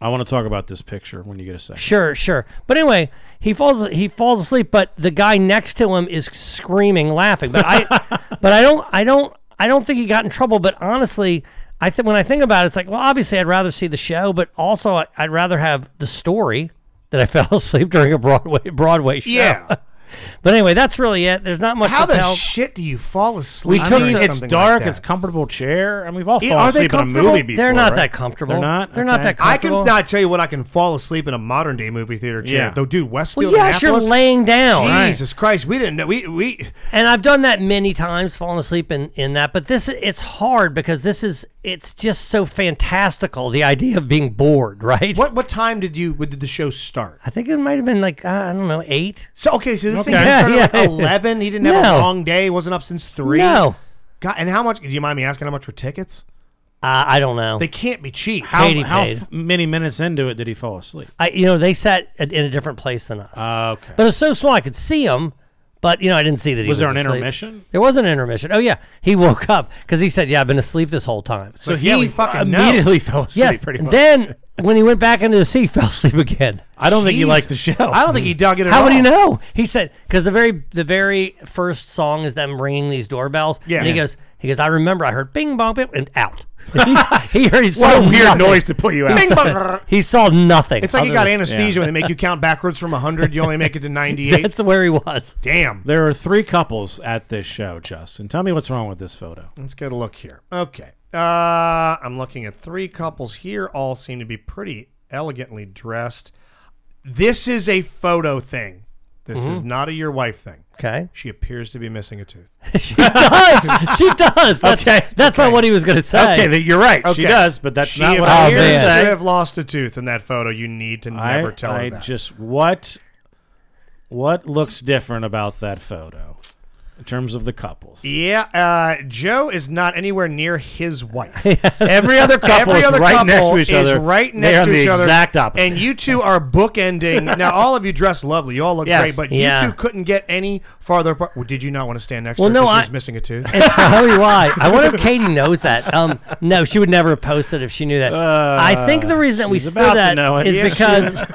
I want to talk about this picture when you get a second. Sure, sure. But anyway, he falls he falls asleep, but the guy next to him is screaming, laughing. But (laughs) I but I don't I don't I don't think he got in trouble. But honestly, I think when I think about it, it's like, well, obviously I'd rather see the show, but also I- I'd rather have the story that I (laughs) fell asleep during a Broadway Broadway show. (laughs) Yeah. but anyway, that's really it. There's not much How to the tell. shit do you fall asleep? We took- during it's something dark, Like it's comfortable chair. I mean, we've all Yeah, fallen are they asleep in a comfortable? movie before. They're not right? that comfortable. They're not. They're not Okay. that comfortable. I can not tell you what I can fall asleep in a modern day movie theater chair. Yeah. Though, dude, Westfield. Well, yes, you're Annapolis- laying down. Jesus Christ, we didn't know. We we and I've done that many times, fallen asleep in, in that. But this it's hard because this is it's just so fantastical the idea of being bored, (laughs) right? What what time did you when did the show start? I think it might have been like uh, I don't know eight. So okay, so this thing Okay. started Yeah, at yeah. like eleven. He didn't have No. a long day. Wasn't up since three. No. God, and how much? Do you mind me asking how much were tickets? Uh, I don't know. They can't be cheap. How, Katie how paid. f- many minutes into it did he fall asleep? I you know they sat at, in a different place than us. Ah, Okay. But it was so small I could see him, but you know I didn't see that he was. Was there an asleep. intermission? There was an intermission. Oh yeah, he woke up because he said, "Yeah, I've been asleep this whole time." So But he yeah, fucking immediately fell asleep Yes, pretty and much. Then (laughs) when he went back into the sea, he (laughs) fell asleep again. I don't think he liked the show. I don't think he dug it at How would he all. know? He said because the very the very first song is them ringing these doorbells. Yeah. And he goes he goes I remember I heard bing bong bing and out. (laughs) he, (laughs) he heard he What saw a weird nothing. noise to put you out. He Bing saw, he saw nothing. It's like you other got than- anesthesia when they make you count backwards from hundred. You only make (laughs) it to ninety eight. That's where (laughs) he was. Damn. There are three couples at this show, Justin. Tell me what's wrong with this photo. Let's get a look here. Okay. Uh, I'm looking at three couples here. All seem to be pretty elegantly dressed. This is a photo thing. This is Mhm. not a your wife thing. Okay. She appears to be missing a tooth. she does. She does. That's, Okay. That's not what he was going to say. Okay, that- you're right. She does, but that's she not what I was appears gonna say. to have lost a tooth in that photo. You need to I, never tell I her that. just what what looks different about that photo in terms of the couples. E- Yeah, uh, Joe is not anywhere near his (laughs) wife. Every other couple Every is other right couple next to each is other. right They next are to the each other. exact opposite. And you (laughs) two are bookending. now, all of you dress lovely. You all look Yes. great, but Yeah. you two couldn't get any farther apart. Well, did you not want to stand next Well, to her no, 'cause I- she was missing a tooth? And I'll tell you why. E I wonder if Katie knows that. Um, no, she would never have posted if she knew that. I think the reason that we she's stood about to that know it. is Yeah, she because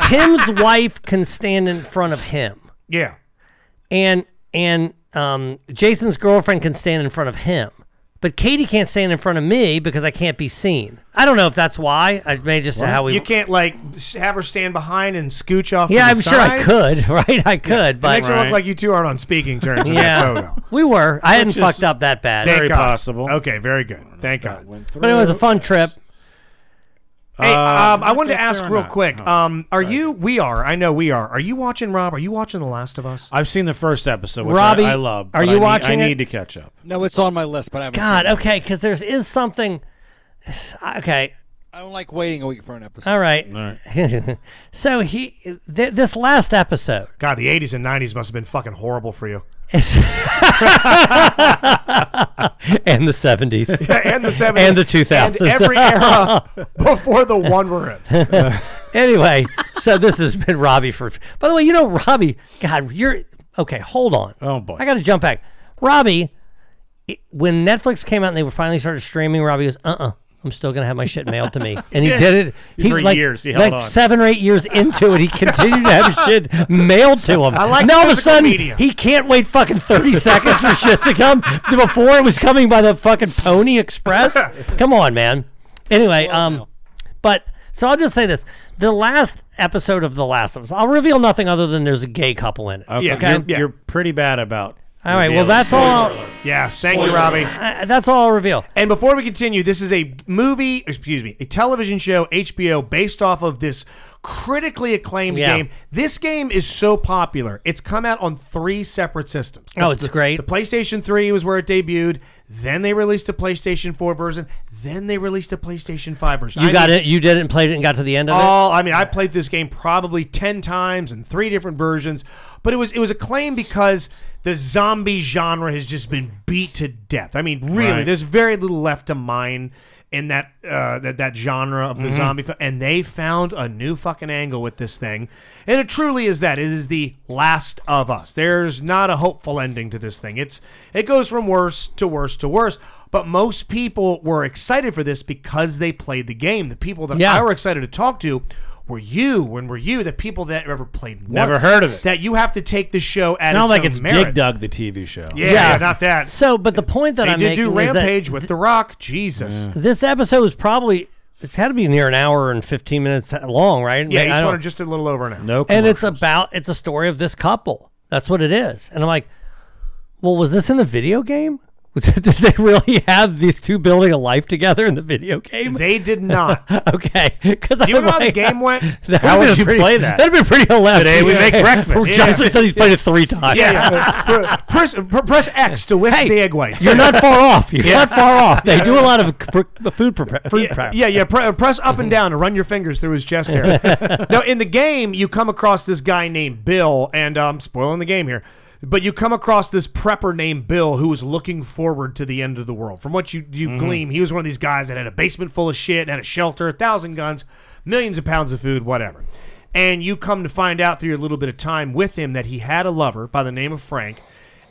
(laughs) Tim's wife can stand in front of him, yeah. and and um, Jason's girlfriend can stand in front of him. But Katie can't stand in front of me because I can't be seen. I don't know if that's why. I may just how we. you can't like s- have her stand behind and scooch off. to yeah, the I'm sure I side? could. (laughs) Right, I could. Yeah. It But makes it look like you two aren't on speaking terms. in that yeah, photo. we were. I hadn't Which is fucked up that bad. Thank God. Okay, very good. Thank God. But it was a fun trip. Hey, Uh, um, I wanted to if ask they're real not- quick. Um, are you? We are. I know we are. Are you watching Rob? Are you watching The Last of Us? I've seen the first episode, which Robbie, I, I love. are but you I need, watching I it? need to catch up. No, it's on my list, but I haven't. God, seen it. okay, because there is something. (sighs) Okay, I don't like waiting a week for an episode. all right. (laughs) so he, th- this last episode, God, the '80s and '90s must have been fucking horrible for (laughs) you. and the seventies, and the '70s and the two thousands, and (laughs) every era before the one we're in. anyway, so this has been Robbie for. By the way, you know Robbie. God, you're okay. Hold on. Oh boy, I got to jump back. Robbie, i- when Netflix came out and they were finally started streaming, Robbie goes, "Uh, uh-uh, uh, i am still gonna have my shit mailed to me," (laughs) and he Yeah. did it. He For like, years, he held like on. seven or eight years (laughs) into it, he continued to have his shit mailed to him. I like and all of a physical sudden media. he can't wait fucking (laughs) thirty seconds for shit to come. Before it was coming by the fucking (laughs) Pony Express. Come on, man. Anyway, um, but so I'll just say this: the last episode of The Last of Us, I'll reveal nothing other than there's a gay couple in it. Okay, You're, you're pretty bad about. Uh, All right, well, that's all. Yeah, thank you, Robbie. that's all I'll reveal. And before we continue, this is a movie, excuse me, a television show, HBO, based off of this critically acclaimed Yeah. game. This game is so popular. It's come out on three separate systems. Oh, it's The- great. The PlayStation 3 was where it debuted. Then they released a PlayStation 4 version. Then they released a PlayStation 5 version. You I got mean, Oh. it. You did it and played it and got to the end of it. all I mean, I played this game probably ten times in three different versions, but it was it was acclaimed because the zombie genre has just been beat to death. I mean, really, Right. there's very little left to mine in that uh, that that genre of the Mm-hmm. Mhm. zombie, fi- and they found a new fucking angle with this thing, and it truly is that it is the Last of Us. There's not a hopeful ending to this thing. It's it goes from worse to worse to worse. But most people were excited for this because they played the game. The people that Yeah. I were excited to talk to were you when were you the people that ever played once, Never heard of it. that you have to take the show at It's not its like own it's merit. Dig Dug, the TV show. yeah, yeah, not that So, but the point that they I'm did making do is that- rampage with the rock jesus This episode was probably it's had to be near an hour and fifteen minutes long, right? yeah Like, each I one don't- are just a little over an hour no and it's about it's a story of this couple. That's what it is. And I'm like, well, was this in the video game? (laughs) Was it, did they really have these two building a life together in the video game? They did not. (laughs) okay, because Do you know how the game (laughs) went? How would you play that? That'd be pretty hilarious. Today we make (laughs) breakfast. Johnson Yeah. said he's played it three times. (laughs) yeah. press, press X to whip the egg whites. You're not far off. You're Yeah. not far off. They Yeah. do a lot of c- pr- food prep. Food yeah, prep. yeah, yeah. Pre- uh, press up and down and run your fingers through his chest hair. now, in the game, you come across this guy named Bill, and I'm spoiling the game here, but you come across this prepper named Bill who is looking forward to the end of the world. From what you you Mhm. gleam, he was one of these guys that had a basement full of shit, had a shelter, a thousand guns, millions of pounds of food, whatever. And you come to find out through your little bit of time with him that he had a lover by the name of Frank,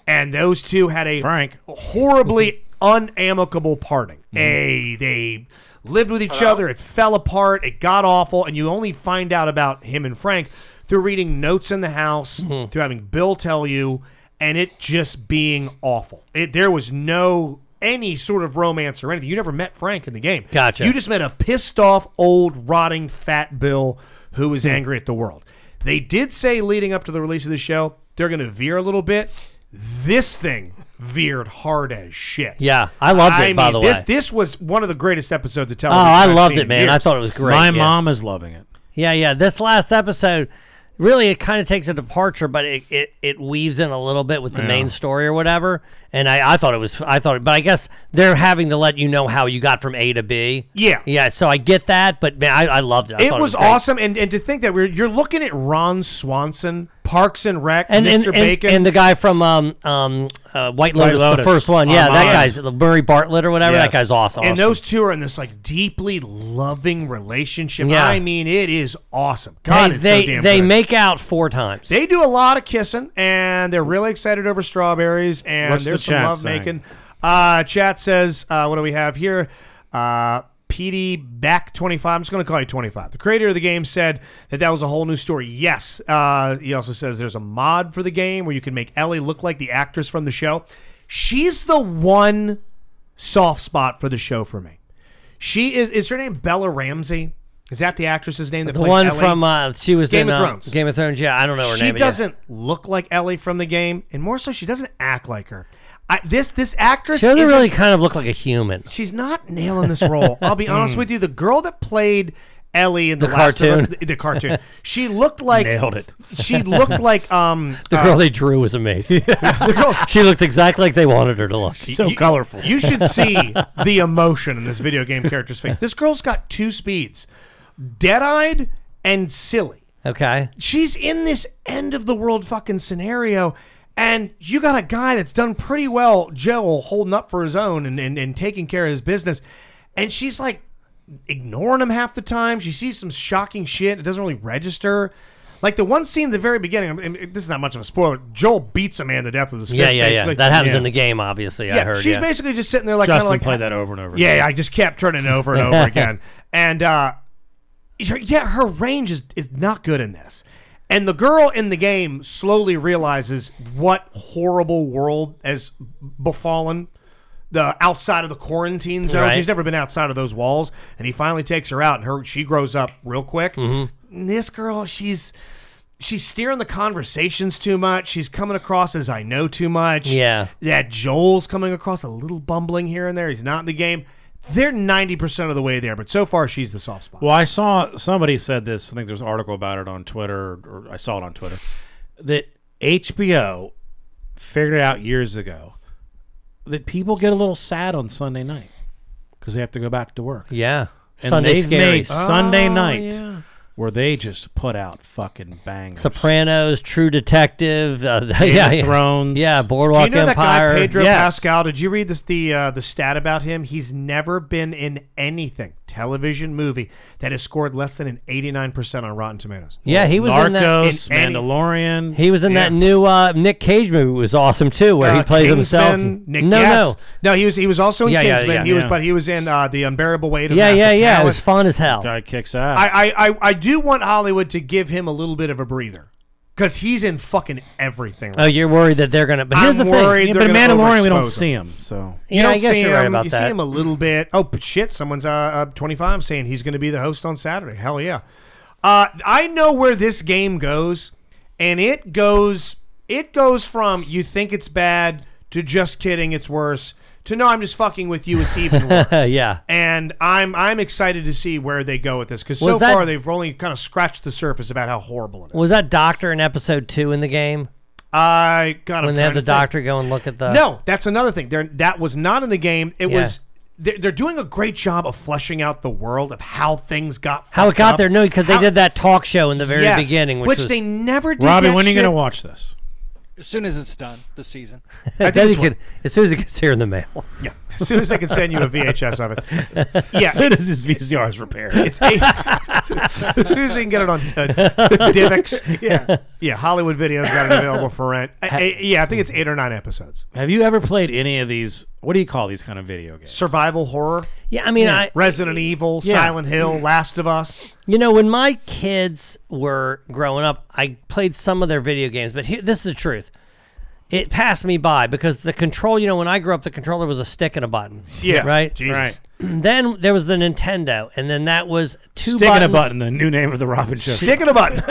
and those two had a Frank horribly unamicable parting. A they lived with each other. It fell apart. It got awful, and you only find out about him and Frank through reading notes in the house, through having Bill tell you, and it just being awful. It, there was no any sort of romance or anything. You never met Frank in the game. Gotcha. You just met a pissed off old rotting fat Bill who is angry at the world. They did say leading up to the release of the show, they're going to veer a little bit. This thing veered hard as shit. Yeah, I loved it, by the this, way. this was one of the greatest episodes of Oh, television. I I've loved seen it, in man. I years. thought it was great. My yeah. mom is loving it. Yeah, yeah. This last episode, really, it kind of takes a departure, but it, it, it weaves in a little bit with the Yeah. main story or whatever. And I, I thought it was, I thought, but I guess they're having to let you know how you got from A to B. Yeah. Yeah. So I get that, but man, I, I loved it. I It thought was great. awesome, and, and to think that we're you're looking at Ron Swanson, Parks and Rec, And, Mr. and, and, Bacon, and the guy from um, um, uh, White, Lotus, Lotus. the first one. Yeah, Armand. that guy's the Murray Bartlett or whatever. That Yes. guy's awesome. And those two are in this like deeply loving relationship. Yeah. I mean, it is awesome. God, they, it's they, so damn they good. make out four times. They do a lot of kissing, and they're really excited over strawberries, and What's there's the some chat love saying? making. Uh, chat says, uh, what do we have here? Uh, PD back 25. I'm just going to call you 25. The creator of the game said that that was a whole new story. Yes. Uh, he also says there's a mod for the game where you can make Ellie look like the actress from the show. She's the one soft spot for the show for me. She is is her name Bella Ramsey? Is that the actress's name that The plays one Ellie? from uh, she was Game in, of uh, Thrones? Game of Thrones. Yeah, I don't know her she name. yeah. doesn't look like Ellie from the game, and more so, she doesn't act like her. I, this this actress She doesn't isn't- really kind of look like a human. (laughs) She's not nailing this role. I'll (laughs) be honest with you. The girl that played Ellie in the, Hmm. The Last of Us- cartoon. the, the cartoon, she looked like Nailed it. She looked like um (laughs) The uh, girl they drew (laughs) was amazing. (laughs) she looked exactly like they wanted her to look. So you- You should (laughs) see the emotion in this video game character's face. This girl's got two speeds dead eyed and silly. Okay. She's in this end of the world fucking scenario, and you got a guy that's done pretty well, Joel, holding up for his own and, and, and taking care of his business. And she's like ignoring him half the time. She sees some shocking shit. It doesn't really register. Like the one scene at the very beginning, and this is not much of a spoiler. Joel beats a man to death with his Yeah, fist. yeah, yeah. basically. That happens Yeah. in the game, obviously. I heard. She's yeah. basically just sitting there like Justin kinda like, played that over and over Yeah, again. yeah, I just kept turning it over and over again. And uh her- yeah, her range is, is not good in this. And the girl in the game slowly realizes what horrible world has befallen the outside of the quarantine zone. Right. She's never been outside of those walls. And he finally takes her out and her she grows up real quick. And This girl, she's she's steering the conversations too much. She's coming across as I know too much. Yeah. That Joel's coming across a little bumbling here and there. He's not in the game. They're 90% of the way there, but so far she's the soft spot. Well, I saw somebody said this. I think there was an article about it on Twitter, or, or I saw it on Twitter, that HBO figured out years ago that people get a little sad on Sunday night because they have to go back to work. Yeah. and Sunday they've Scaries. made Sunday Oh, night yeah. where they just put out fucking bangers. Sopranos, True (laughs) Detective, uh, Game yeah, of yeah. Thrones. yeah, Do you Boardwalk know that Empire, guy Pedro Yes. Pascal? Did you read this the uh, the stat about him? He's never been in anything television movie that has scored less than an eighty nine percent on Rotten Tomatoes. Yeah, he was in that Narcos, Mandalorian. He was in that new uh, Nick Cage movie. was awesome too, where he Uh, plays himself. Kingsman, Nick no, Guest. no, He was he was also in Yeah, yeah, Kingsman. yeah, he was, yeah. but he was in uh, the unbearable weight no. of Yeah, Massive yeah, yeah. It Talent. was fun as hell. Guy kicks ass. I, I, I, I do want Hollywood to give him a little bit of a breather because he's in fucking everything. Oh, you're worried that they're gonna. But here's I'm the worried thing. they're but in gonna Mandalorian, we don't overexpose see him, so You Yeah, don't I guess see you're right him. about you that. see him a little bit. Oh but shit! Someone's uh, uh 25 saying he's going to be the host on Saturday. Hell yeah! Uh, I know where this game goes, and it goes it goes from you think it's bad to just kidding, it's worse to no, I'm just fucking with you, it's (laughs) even worse. Yeah. and I'm I'm excited to see where they go with this because Was so that- far they've only kind of scratched the surface about how horrible it is. Was that Doctor in episode two in the game? I got when they had the doctor go and look at the. no, that's another thing. There, that was not in the game. It Yeah. was. They're, they're doing a great job of fleshing out the world of how things got. How it fucked got up. there? No, because they How- did that talk show in the very Yes, beginning, which, which was, they (laughs) never did. Robbie, that when are you shit. going to watch this? As soon as it's done, this season. I think Then it's he could- as soon as it gets here in the mail. (laughs) Yeah, as soon as I can send you a VHS of it. Yeah, As soon as this VCR is repaired. It's eight. as soon as you can get it on uh, (laughs) DivX. Yeah, yeah. Hollywood Video's got it available for rent. I- I- yeah, I think it's eight or nine episodes. Have you ever played any of these? What do you call these kind of video games? Survival horror. Yeah, I mean, I- Resident Evil, Yeah. Mm-hmm. Silent Hill, Last of Us. You know, when my kids were growing up, I played some of their video games, but here, this is the truth. It passed me by because the control, you know, when I grew up, the controller was a stick and a button. Yeah, Right? Jesus. Right. (clears throat) Then there was the Nintendo, and then that was two Stick and a buttons. button, the new name of the Robin show. Stick and a (laughs) button.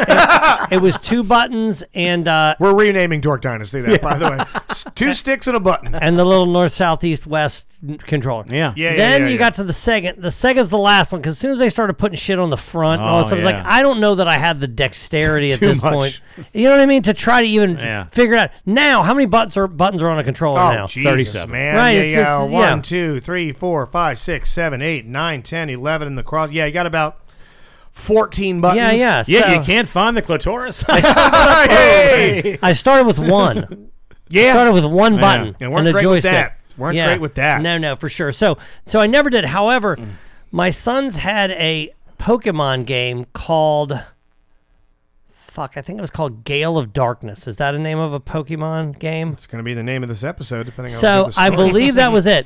It was two buttons and uh, We're renaming Dork Dynasty that, by (laughs) the way. S- Two sticks and a button. and the little north, south, east, west n- controller. Yeah. Yeah, yeah, then yeah, you yeah. got to the second. The Sega's the last one because as soon as they started putting shit on the front, and all Oh, this stuff, it's yeah. like I don't know that I have (laughs) the dexterity at Too this much. point. You know what I mean? To try to even Yeah. figure it out now, how many buttons are buttons are on a controller Oh, now? Jesus, 37. man. Right, yeah, it's- yeah. it's- yeah. One, two, three, four, five, six, seven, eight, nine, 10, 11 in the cross. Yeah, you got about 14 buttons. Yeah, yeah. Yeah, so- you can't find (laughs) the clitoris. (laughs) Hey! I started with one. (laughs) Yeah. started with one Yeah. button And weren't a great with joystick. that. Weren't Yeah. great with that. Mm. No, no, for sure. So, so I never did. However, my sons had a Pokemon game called. Fuck, I think it was called Gale of Darkness. Is that a name of a Pokemon game? It's going to be the name of this episode, depending on So what the I story believe is. that was it.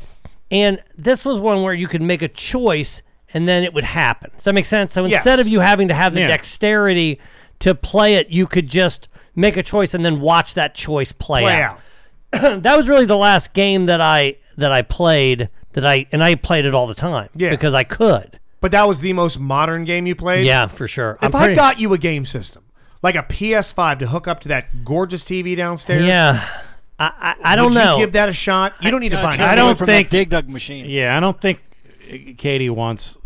And this was one where you could make a choice and then it would happen. Does that make sense? So Yes. instead of you having to have the Yeah. dexterity to play it, you could just make a choice and then watch that choice (laughs) play, Play out. that was really the last game that I that I played that I and I played it all the time. Yeah, because I could. But that was the most modern game you played. Yeah, for sure. If I'm I pretty- got you a game system, like a PS5 to hook up to that gorgeous TV downstairs, Yeah. I, I, I don't would know. You give that a shot. You don't need to buy. I don't think Dig Dug machine. Yeah, I don't think Katie wants.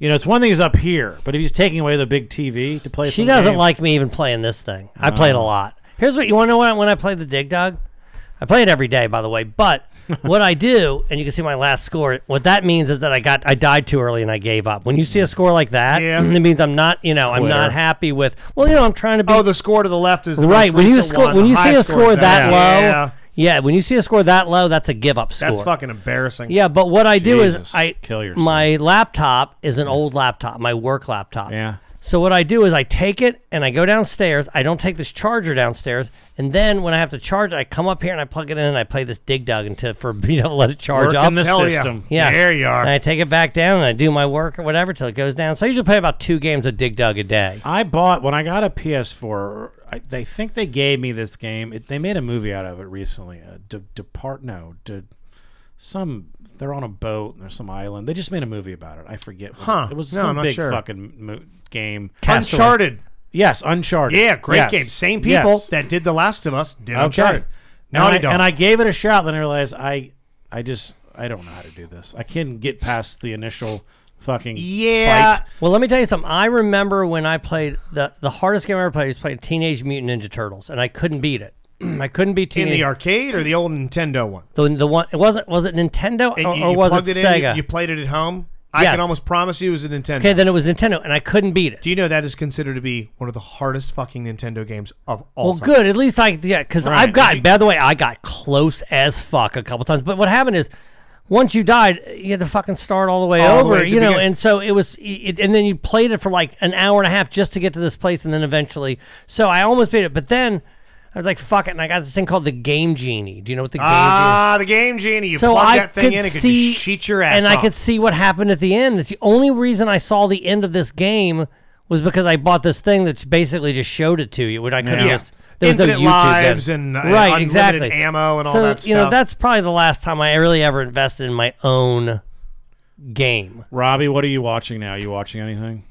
You know, it's one thing he's up here, but if he's taking away the big TV to play, She some doesn't game- like me even playing this thing. I played a Oh. lot. Here's what you want to know when I, when I play the Dig Dug? I play it every day, by the (laughs) way. But what I do, and you can see my last score, what that means is that I got I died too early and I gave up. When you see a score like that, (clears throat) it means I'm not, you know, I'm Quitter. not happy with well, you know, I'm trying to be Oh, the score to the left is the right. most When you recent score one. when The you see a highest score is that low Yeah. yeah, when you see a score that low, that's a give up score. That's fucking embarrassing. Yeah, but what I do is Jesus, I kill yourself. My laptop is an old laptop, my work laptop. Yeah. So what I do is I take it and I go downstairs. I don't take this charger downstairs, and then when I have to charge, I come up here and I plug it in and I play this dig dug until (laughs) for me to let it charge Working up. the Hell yeah. system. Yeah. There you are. And I take it back down and I do my work or whatever till it goes down. So I usually play about two games of dig dug a day. I bought when I got a PS4. I, they think they gave me this game. It, they made a movie out of it recently. Uh, De, Depart? No, De, some. They're on a boat and there's some island. They just made a movie about it. I forget. what- Huh. It was No, I'm some not big sure. fucking mo- game. Castaway. Uncharted. Yes, Uncharted. Yeah, great Yes. game. Same people Yes. that did The Last of Us did okay. Uncharted. Now Naughty I, Dog. and I gave it a shot, then I realized I, I just I don't know how to do this. I can't get past the initial fucking fight. Well, let me tell you something. I remember when I played the the hardest game I ever played was playing Teenage Mutant Ninja Turtles, and I couldn't beat it. (clears throat) I couldn't beat in Teenage the arcade or the old Nintendo one. The, the one it wasn't was it Nintendo And or, you, or you was plugged it in, you- Sega? you, played it at home. I Yes. can almost promise you it was a Nintendo. okay, then it was Nintendo, and I couldn't beat it. Do you know that is considered to be one of the hardest fucking Nintendo games of all Well, time? good. At least I yeah, because Right. I've gotten. By the way, I got close as fuck a couple times. But what happened is, once you died, you had to fucking start all the way All the over, way at the you know. beginning. And so it was, it, and then you played it for like an hour and a half just to get to this place, and then eventually. So I almost beat it, but then I was like, fuck it, and I got this thing called the Game Genie. Do you know what the Game Genie? Ah, the Game Genie. You plug that thing in, it could just cheat your ass and I off. could see what happened at the end. It's the only reason I saw the end of this game was because I bought this thing that basically just showed it to you. When I could have Yeah. just there was Infinite no YouTube lives then. and, uh, right, unlimited exactly ammo and all So, that You know, stuff. that's probably the last time I really ever invested in my own game. Robbie, what are you watching now? Are you watching anything?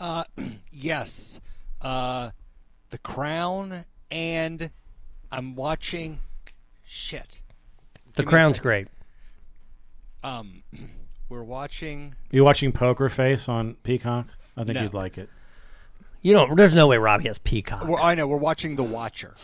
Uh, yes. Uh, the Crown and I'm watching. Shit. The Give me a Crown's second. great. Um, we're watching. You watching Poker Face on Peacock? I think No. you'd like it. You don't. There's no way Robbie has Peacock. Well, I know we're watching The Watcher.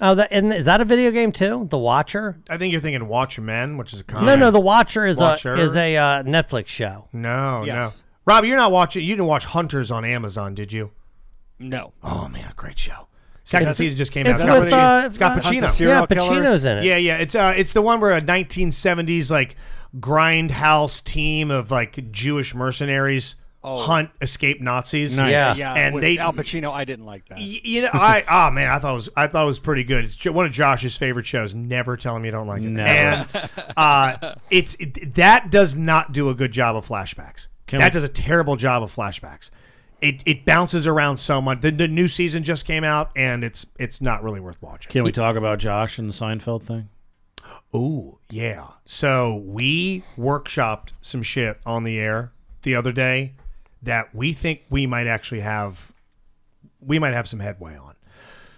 Oh, that and is that a video game too? The Watcher. I think you're thinking Watchmen, which is a comic. No, no. The Watcher is Oh, Watcher. a is a uh, Netflix show. No, Yes. no. Rob, you're not watching. You didn't watch Hunters on Amazon, did you? No. Oh man, great show. Second It's- season just came it's out. It's got with, Pacino. uh, it's got uh, Pacino. the serial Yeah, Pacino's killers. in it. Yeah, yeah. It's uh, it's the one where a 1970s like grindhouse team of like Jewish mercenaries hunt escaped Nazis. Oh. Yeah. yeah and with they Al Pacino, I didn't like that. you know, I (laughs) oh man, I thought it was I thought it was pretty good. It's ju- one of Josh's favorite shows. Never tell him you don't like (laughs) it. Never. And uh, it's it, that does not do a good job of flashbacks. Can that we- does a terrible job of flashbacks. It it bounces around so much. The, the new season just came out, and it's it's not really worth watching. Can we talk about Josh and the Seinfeld thing? Oh, yeah. So we workshopped some shit on the air the other day that we think we might actually have we might have some headway on.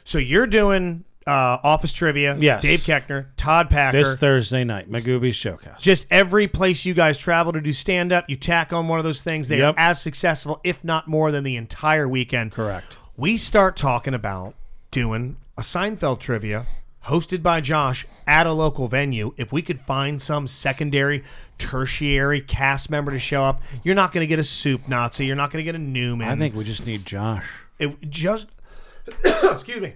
So you're doing uh, office trivia. Yes. Dave Keckner, Todd Packer. This Thursday night, Magooby's Showcast. just every place you guys travel to do stand up, you tack on one of those things. They Yep. are as successful, if not more, than the entire weekend. Correct. We start talking about doing a Seinfeld trivia hosted by Josh at a local venue. If we could find some secondary, tertiary cast member to show up, you're not going to get a soup Nazi. You're not going to get a Newman. I think we just need Josh. It just (coughs) excuse me.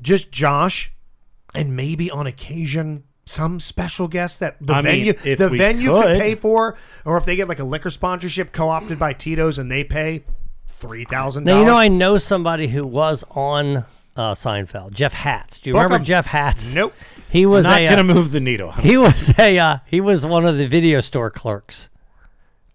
Just Josh and maybe on occasion some special guest that the I venue mean, if the we venue could. could pay for or if they get like a liquor sponsorship co-opted by Tito's and they pay $3,000. Now you know I know somebody who was on uh, Seinfeld, Jeff Hatz. Do you Fuck remember him. Jeff Hatz? Nope. He was Not a, gonna uh, move the needle. He was a uh, he was one of the video store clerks.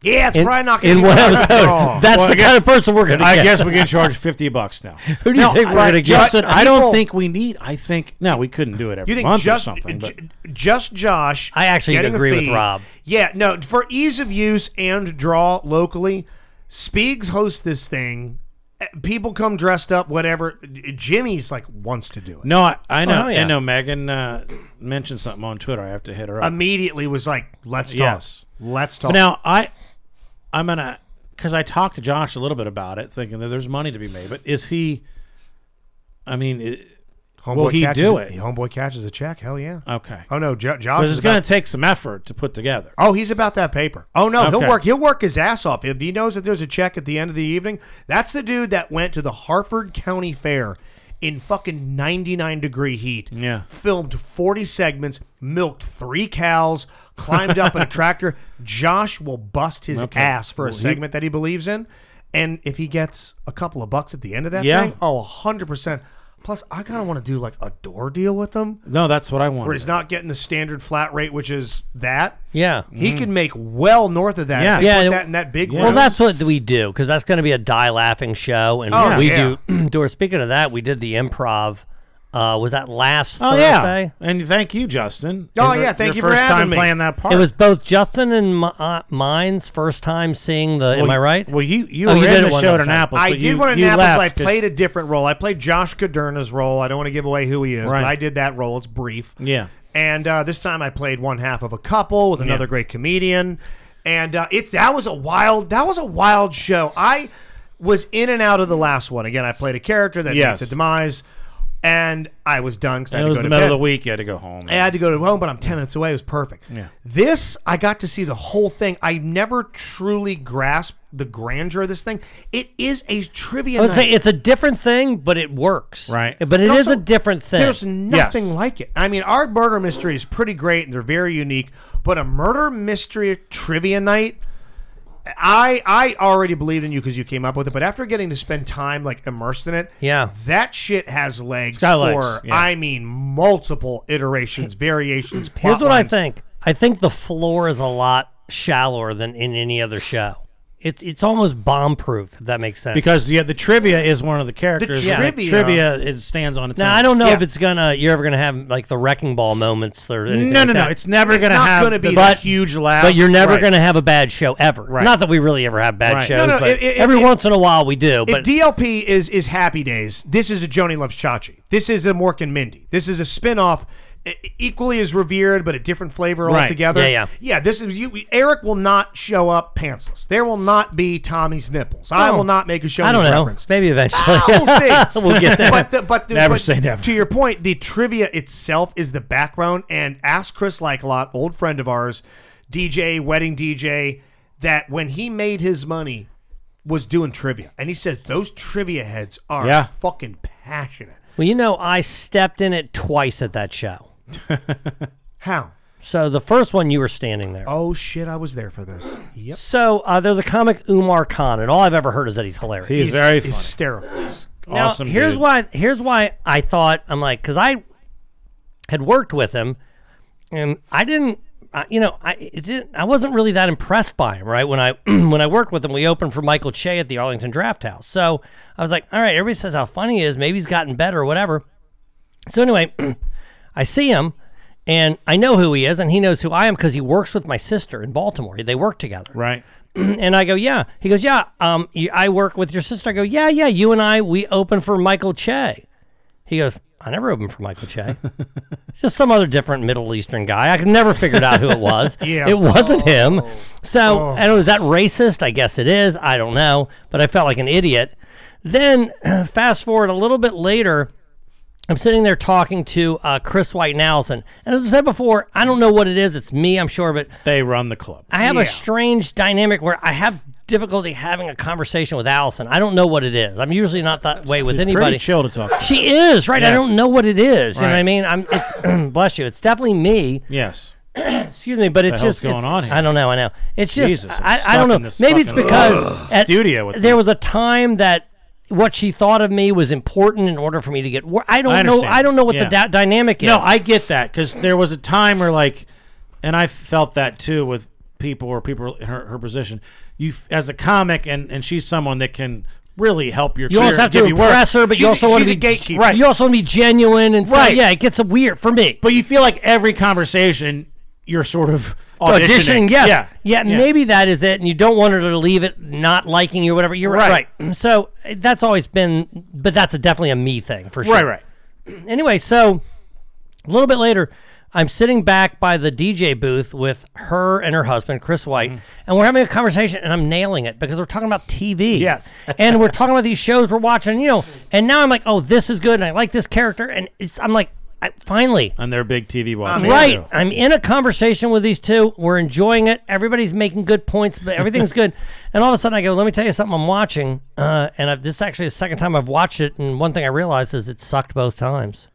Yeah, it's in, probably not in going to one be episode. (laughs) That's Well, I the kind of person we're going to. I guess we can charge fifty bucks now. (laughs) Who do you think we're I- gonna get? Justin, I People- don't think we need. I think no, we couldn't do it every You think month just or something. But j- just Josh? I actually getting a agree with fee- Rob. Yeah, no, for ease of use and draw locally, Speegs hosts this thing. Eh, People come dressed up, whatever. Jimmy's like wants to do it. no, I, I know. Oh, yeah. I know. Megan uh, mentioned something on Twitter. I have to hit her up. Immediately was like, "Let's talk. Yes. Let's But talk." now I, I'm gonna because I talked to Josh a little bit about it, thinking that there's money to be made. But is he? I mean, it, will he catches do a- it? Homeboy catches a check. Hell yeah. Okay. Oh no, jo- Josh. Because is it's going about- to take some effort to put together. Oh, he's about that paper. Oh no, Okay. he'll work. He'll work his ass off if he knows that there's a check at the end of the evening. That's the dude that went to the Harford County Fair in fucking 99 degree heat. Yeah. Filmed 40 segments, milked three cows, climbed up in a (laughs) tractor. Josh will bust his Okay. ass for a Well, he- segment that he believes in, and if he gets a couple of bucks at the end of that Yeah. thing, oh, 100 percent. Plus, I kind of want to do like a door deal with him No, that's what I want. where he's not getting the standard flat rate, which is that. Yeah. He Mm. can make well north of that. Yeah. Yeah. yeah. Yeah. that in that big Well, room. that's what we do because that's going to be a die laughing show, and Oh, we yeah. do. (clears throat) Dora, speaking of that, we did the improv. Uh, was that last Oh Thursday? yeah, and thank you, Justin. Oh, Your- yeah, thank your you for first having time me. playing that part. It was both Justin and my, uh, mine's first time seeing the. am Well, I right? well, you- you oh, were you in did the it one show other at time. Annapolis, I but did you- one in you Annapolis, but I left 'cause- played a different role. I played Josh Coderna's role. I don't want to give away who he is, Right. but I did that role. It's brief. Yeah. And uh, this time I played one half of a couple with another great comedian, and uh, it's that was a wild that was a wild show. I was in and out of the last one. Again, I played a character that Yes. meets a demise, and I was done because I had And it to was go the to middle of bed. the week. You had to go home. I had to go to home, but I'm 10 minutes away. It was perfect. Yeah. This, I got to see the whole thing. I never truly grasped the grandeur of this thing. It is a trivia I would say night. it's a different thing, but it works. Right. But it And is a also, different thing. There's nothing like it. I mean, our murder mystery is pretty great and they're very unique, but a murder mystery trivia night. I I already believed in you because you came up with it, but after getting to spend time like immersed in it, Yeah. that shit has legs got for legs, yeah. I mean multiple iterations, variations. Here's plot what I lines. think. I think the floor is a lot shallower than in any other show. It, it's almost bomb proof, if that makes sense. because yeah, the trivia is one of the characters. that trivia- trivia it stands on its now own. I don't know Yeah. if it's gonna you're ever gonna have like the wrecking ball moments or anything. No, like no, no. that. It's never It's going to not have gonna be the the but, huge laugh. But you're never Right. going to have a bad show ever. Right. Not that we really ever have bad Right. shows, No, no, but it- it- every it- once in a while we do. But if DLP is is Happy Days, this is a Joni Loves Chachi. This is a Mork and Mindy. This is a spinoff, e- equally as revered, but a different flavor Right. altogether. Yeah, yeah. This is you. Eric will not show up pantsless. There will not be Tommy's nipples. I Oh. will not make a show. I don't know. Reference. Maybe eventually. (laughs) Ah, we'll see. We'll get there. But the, but the, Never but say never. To your point, the trivia itself is the background. And ask Chris Likelot, old friend of ours, DJ, wedding DJ, that when he made his money was doing trivia, and he said those trivia heads are Yeah. fucking passionate. well, you know, I stepped in it twice at that show. How? So the first one, you were standing there. Oh shit! I was there for this. Yep. So uh, there's a comic Umar Khan, and all I've ever heard is that he's hilarious. He's, very funny. hysterical. Now, awesome. here's dude. why. Here's why I thought I'm like because I had worked with him, and I didn't. I, you know, I it didn't. I wasn't really that impressed by him. Right when I (clears throat) when I worked with him, we opened for Michael Che at the Arlington Draft House. So I was like, all right, everybody says how funny he is. Maybe he's gotten better or whatever. So anyway, (clears throat) I see him. And I know who he is, and he knows who I am because he works with my sister in Baltimore. They work together. Right. (clears throat) And I go, yeah. He goes, yeah. Um, you, I work with your sister. I go, yeah, yeah. You and I, we open for Michael Che. He goes, I never opened for Michael Che. Just some other different Middle Eastern guy. I could never figured out who it was. Yeah. It wasn't him. So, and was that racist? I guess it is. I don't know. But I felt like an idiot. Then, (clears throat) fast forward a little bit later, I'm sitting there talking to uh, Chris White Nelson. And as I said before, I don't know what it is. It's me, I'm sure, but They run the club. I have Yeah. a strange dynamic where I have difficulty having a conversation with Allison. I don't know what it is. I'm usually not that way with She's anybody. Pretty chill to talk. to. She is right. I Yes. don't know what it is. You know what I Right. mean? I'm. It's (clears throat) bless you. It's definitely me. Yes. Excuse me, but it's hell's just it's- going on here? I don't know. I know. It's just Jesus, I'm I, I stuck don't in know. this Maybe it's fucking because at, studio with there this. was a time that what she thought of me was important in order for me to get. wor- I don't I know. understand. I don't know what the Yeah. da- dynamic is. No, I get that because there was a time where like, and I felt that too with people or people in her, her position, you f- as a comic and and she's someone that can really help your You career, also have to give you work. impress her, but you She's- also want she's to a be gatekeeper. Right. You also want to be genuine and say, yeah, it gets a weird for me. But you feel like every conversation you're sort of auditioning. auditioning. Yes. Yeah. Yeah. Yeah. Maybe that is it, and you don't want her to leave it not liking you or whatever. You're Right. right. So eh, that's always been, but that's a, definitely a me thing for sure. Right, right. Anyway, so a little bit later, I'm sitting back by the DJ booth with her and her husband, Chris White, Mm-hmm. and we're having a conversation, and I'm nailing it because we're talking about (laughs) TV. Yes. and we're talking about these shows we're watching, you know, and now I'm like, oh, this is good, and I like this character, and it's, I'm like, I, finally, And they're big TV watchers. right. too. I'm in a conversation with these two. We're enjoying it. Everybody's making good points, but (laughs) everything's good. And all of a sudden, I go, "Let me tell you something. I'm watching, uh, and I've, this is actually the second time I've watched it. And one thing I realized is it sucked both times.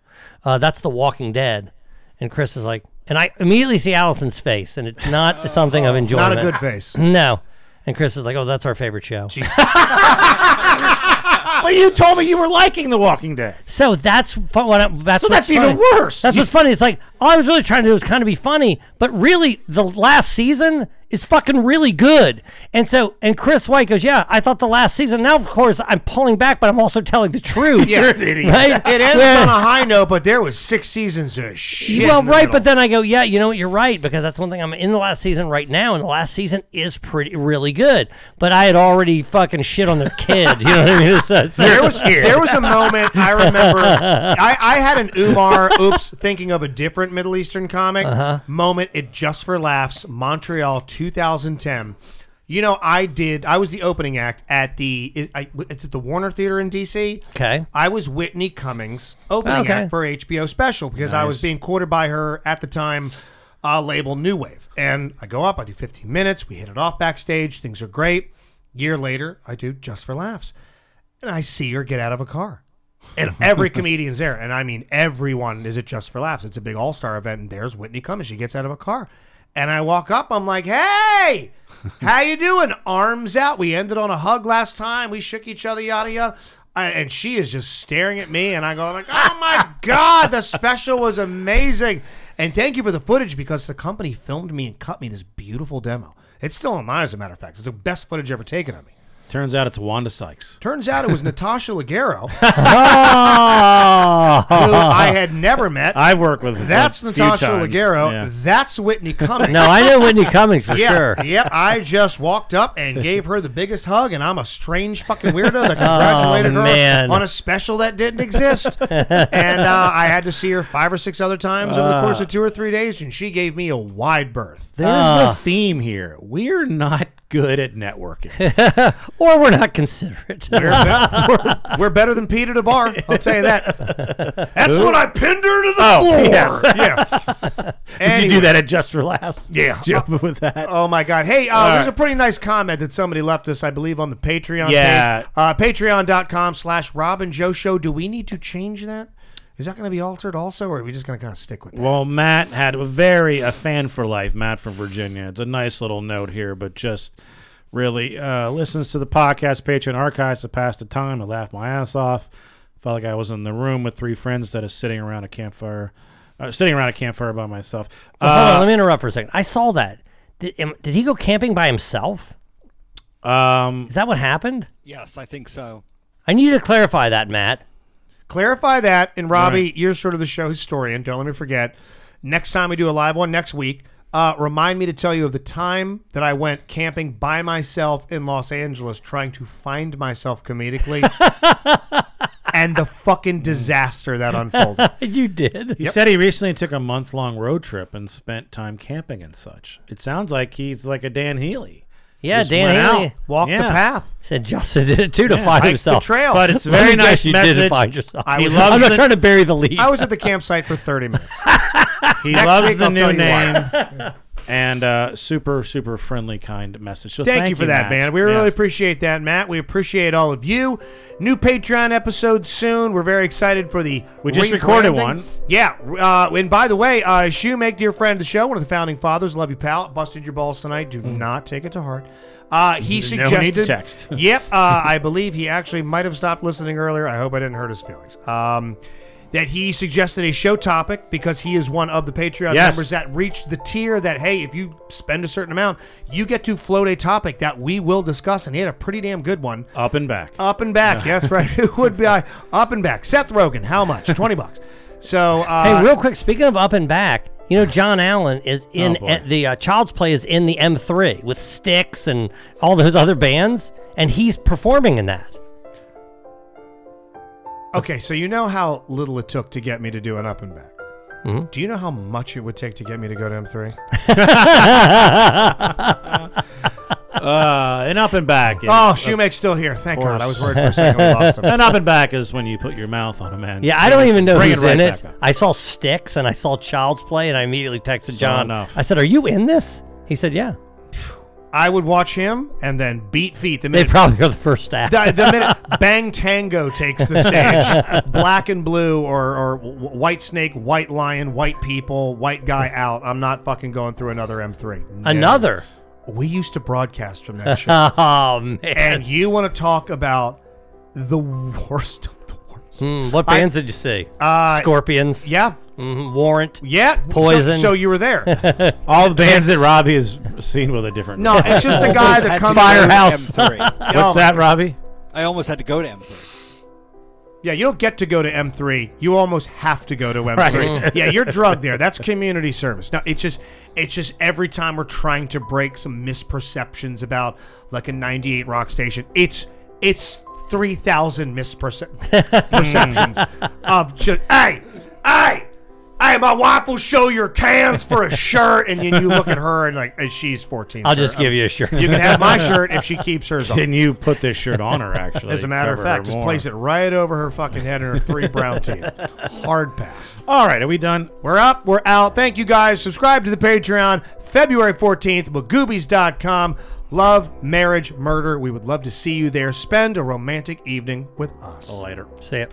Uh, that's The Walking Dead." And Chris is like, and I immediately see Allison's face, and (laughs) it's not something of enjoyment. Not a good (laughs) face. No. And Chris is like, "Oh, that's our favorite show." But you told me you were liking The Walking Dead. So that's fun, what I, that's So what's that's even funny. worse. That's what's funny. It's like all I was really trying to do was kind of be funny, but really the last season is fucking really good. And so and Chris White goes, yeah, I thought the last season. Now of course I'm pulling back, but I'm also telling the truth. Yeah. (laughs) Right? It ends Yeah. on (laughs) a high note, but there was six seasons of shit. Well, in the right, middle. but then I go, yeah, you know what, you're right, because that's one thing I'm in the last season right now, and the last season is pretty really good. But I had already fucking shit on their kid. (laughs) You know what I mean? So- (laughs) so- (laughs) there was there was a moment I remember. I, I had an Umar oops thinking of a different Middle Eastern comic Uh-huh. moment. It just for laughs Montreal 2010. You know, I did. I was the opening act at the is- I, it's at the Warner Theater in DC. Okay. I was Whitney Cummings opening Okay. act for her HBO special because I was Nice. being courted by her at the time. Uh, labeled New Wave, and I go up. I do 15 minutes. We hit it off backstage. Things are great. Year later, I do Just for Laughs and I see her get out of a car. (laughs) And every comedian's there. And I mean, everyone is it just for laughs. It's a big all star event. And there's Whitney Cummings. She gets out of a car. And I walk up. I'm like, (laughs) hey, how you doing? Arms out. We ended on a hug last time. We shook each other, yada, yada. I, and she is just staring at me. And I go, I'm like, oh my (laughs) God, the special was amazing. And thank you for the footage because the company filmed me and cut me this beautiful demo. It's still online, as a matter of fact. It's the best footage ever taken of me. Turns out it's Wanda Sykes. Turns out it (laughs) was Natasha Leggero, oh, who I had never met. I've worked with. That's a few Natasha times. Leggero. Yeah. That's (laughs) Whitney Cummings. No, I know Whitney Cummings for Yeah, sure. Yep, I just walked up and gave her the biggest hug, and I'm a strange fucking weirdo (laughs) Oh, that congratulated her man. on a special that didn't exist. and uh, I had to see her five or six other times over the course of two or three days, and she gave me a wide berth. Uh. There's a theme here. We're not good at networking. or we're not considerate. We're, bet- (laughs) we're, we're better than Pete at a bar. I'll tell you that. That's Who? when I pinned her to the Oh, floor. yes. Yeah. (laughs) Did you do that at Just for (laughs) Laughs? Yeah. Did you open with that? Oh my God! Hey, uh, All there's right. a pretty nice comment that somebody left us, I believe, on the Patreon. Yeah. page. Uh, Patreon.com/slash Rob and Joe Show. Do we need to change that? Is that going to be altered also, or are we just going to kind of stick with that? Well, Matt had a very a fan for life, Matt from Virginia. It's a nice little note here, but just really uh, listens to the podcast, Patreon archives to pass the time. I laughed my ass off. Felt like I was in the room with three friends that is sitting around a campfire, uh, sitting around a campfire by myself. Well, (laughs) Uh-huh. hold Uh, on, let me interrupt for a second. I saw that. Did, am- did he go camping by himself? Um, Is that what happened? Yes, I think so. I need you to clarify that, Matt. (laughs) Clarify that, and Robbie, Right. you're sort of the show historian. Don't let me forget. Next time we do a live one next week, uh, remind me to tell you of the time that I went camping by myself in Los Angeles, trying to find myself (laughs) comedically, and the fucking disaster that unfolded. (laughs) you did. He Yep. said he recently took a month long road trip and spent time camping and such. It sounds like he's like a Dan Healy. Yeah, Just Dan went Healy. out. Walk the path. Said Justin did it too to Yeah, find hike the himself. trail. But it's a Let me very guess nice you message. Didn't find yourself. (laughs) I I was- am the- not trying to bury the lead. I was at (laughs) the campsite for 30 minutes. He Next loves week, the I'll tell new you why. name (laughs) and uh, super super friendly kind message. So thank, you for that, Matt. man. We Yes. really appreciate that, Matt. We appreciate all of you. New Patreon episode soon. We're very excited for the. We just recorded rebranding. one. Yeah, uh, and by the way, uh, Shoemake, dear friend of the show, one of the founding fathers, love you, pal. Busted your balls tonight. Do not take it to heart. Uh, he Mm. No suggested need to text. (laughs) yep, uh, I believe he actually might have stopped listening earlier. I hope I didn't hurt his feelings. Um, that he suggested a show topic because he is one of the Patreon Yes. members that reached the tier that hey, if you spend a certain amount, you get to float a topic that we will discuss, and he had a pretty damn good one. Up and back. Up and back, Yeah. yes, right. (laughs) It would be uh, up and back. Seth Rogen, how (laughs) much? Twenty bucks. So uh, hey, real quick, speaking of up and back, you know John Allen Oh, is in boy. eh, the uh, Child's Play is in the M3 with Sticks and all those other bands, and he's performing in that. Okay, so you know how little it took to get me to do an up and back. Mm-hmm. Mhm. Do you know how much it would take to get me to go to M3? Uh, an up and back. Is, Oh, Shoemake's still here. Thank Of God. I course. was worried for a second we lost (laughs) him. an up and back is when you put your mouth on a man. Yeah, I don't even know Bring who's it right in back it. up. I saw Sticks and I saw Child's Play, and I immediately texted Saw John. enough. I said, "Are you in this?" He said, "Yeah." I would watch him and then beat feet the They minute. probably are the first act. The, the minute Bang Tango takes the (laughs) stage, black and blue or, or wh- white snake, white lion, white people, white guy out. I'm not fucking going through another M3. No. Another. We used to broadcast from (laughs) that show. oh man! And you want to talk about the worst of the worst. Hmm, what I- bands did you see? Uh, Scorpions. Yeah. Mhm, Warrant. Yeah. so- Poison. so you were (laughs) there. All the bands It's- that Robbie has seen with a different. No, it's just the guy that comes Firehouse. M3. What's that, Robbie? (laughs) I almost had to go to M3. Yeah, you don't get to go to M3. You almost have to go to M3. Right. (laughs) yeah, you're drugged there. That's community service. Now, it's just it's just every time we're trying to break some misperceptions about like a 98 rock station. It's it's 3000 (laughs) misperceptions of just hey, hey, hey, my wife will show your cans for a shirt and then you look at her and like and she's 14. I'll sir. just give you a shirt. (laughs) You can have my shirt if she keeps hers on. Can you put this shirt on her? Actually, As a matter of cover her fact, just more? place it right over her fucking head and her three brown (laughs) teeth. Hard pass. All right, are we done? We're up. We're out. Thank you guys. Subscribe to the Patreon February 14th, magoobies.com. Love, marriage, murder. We would love to see you there. Spend a romantic evening with us. Later. See it.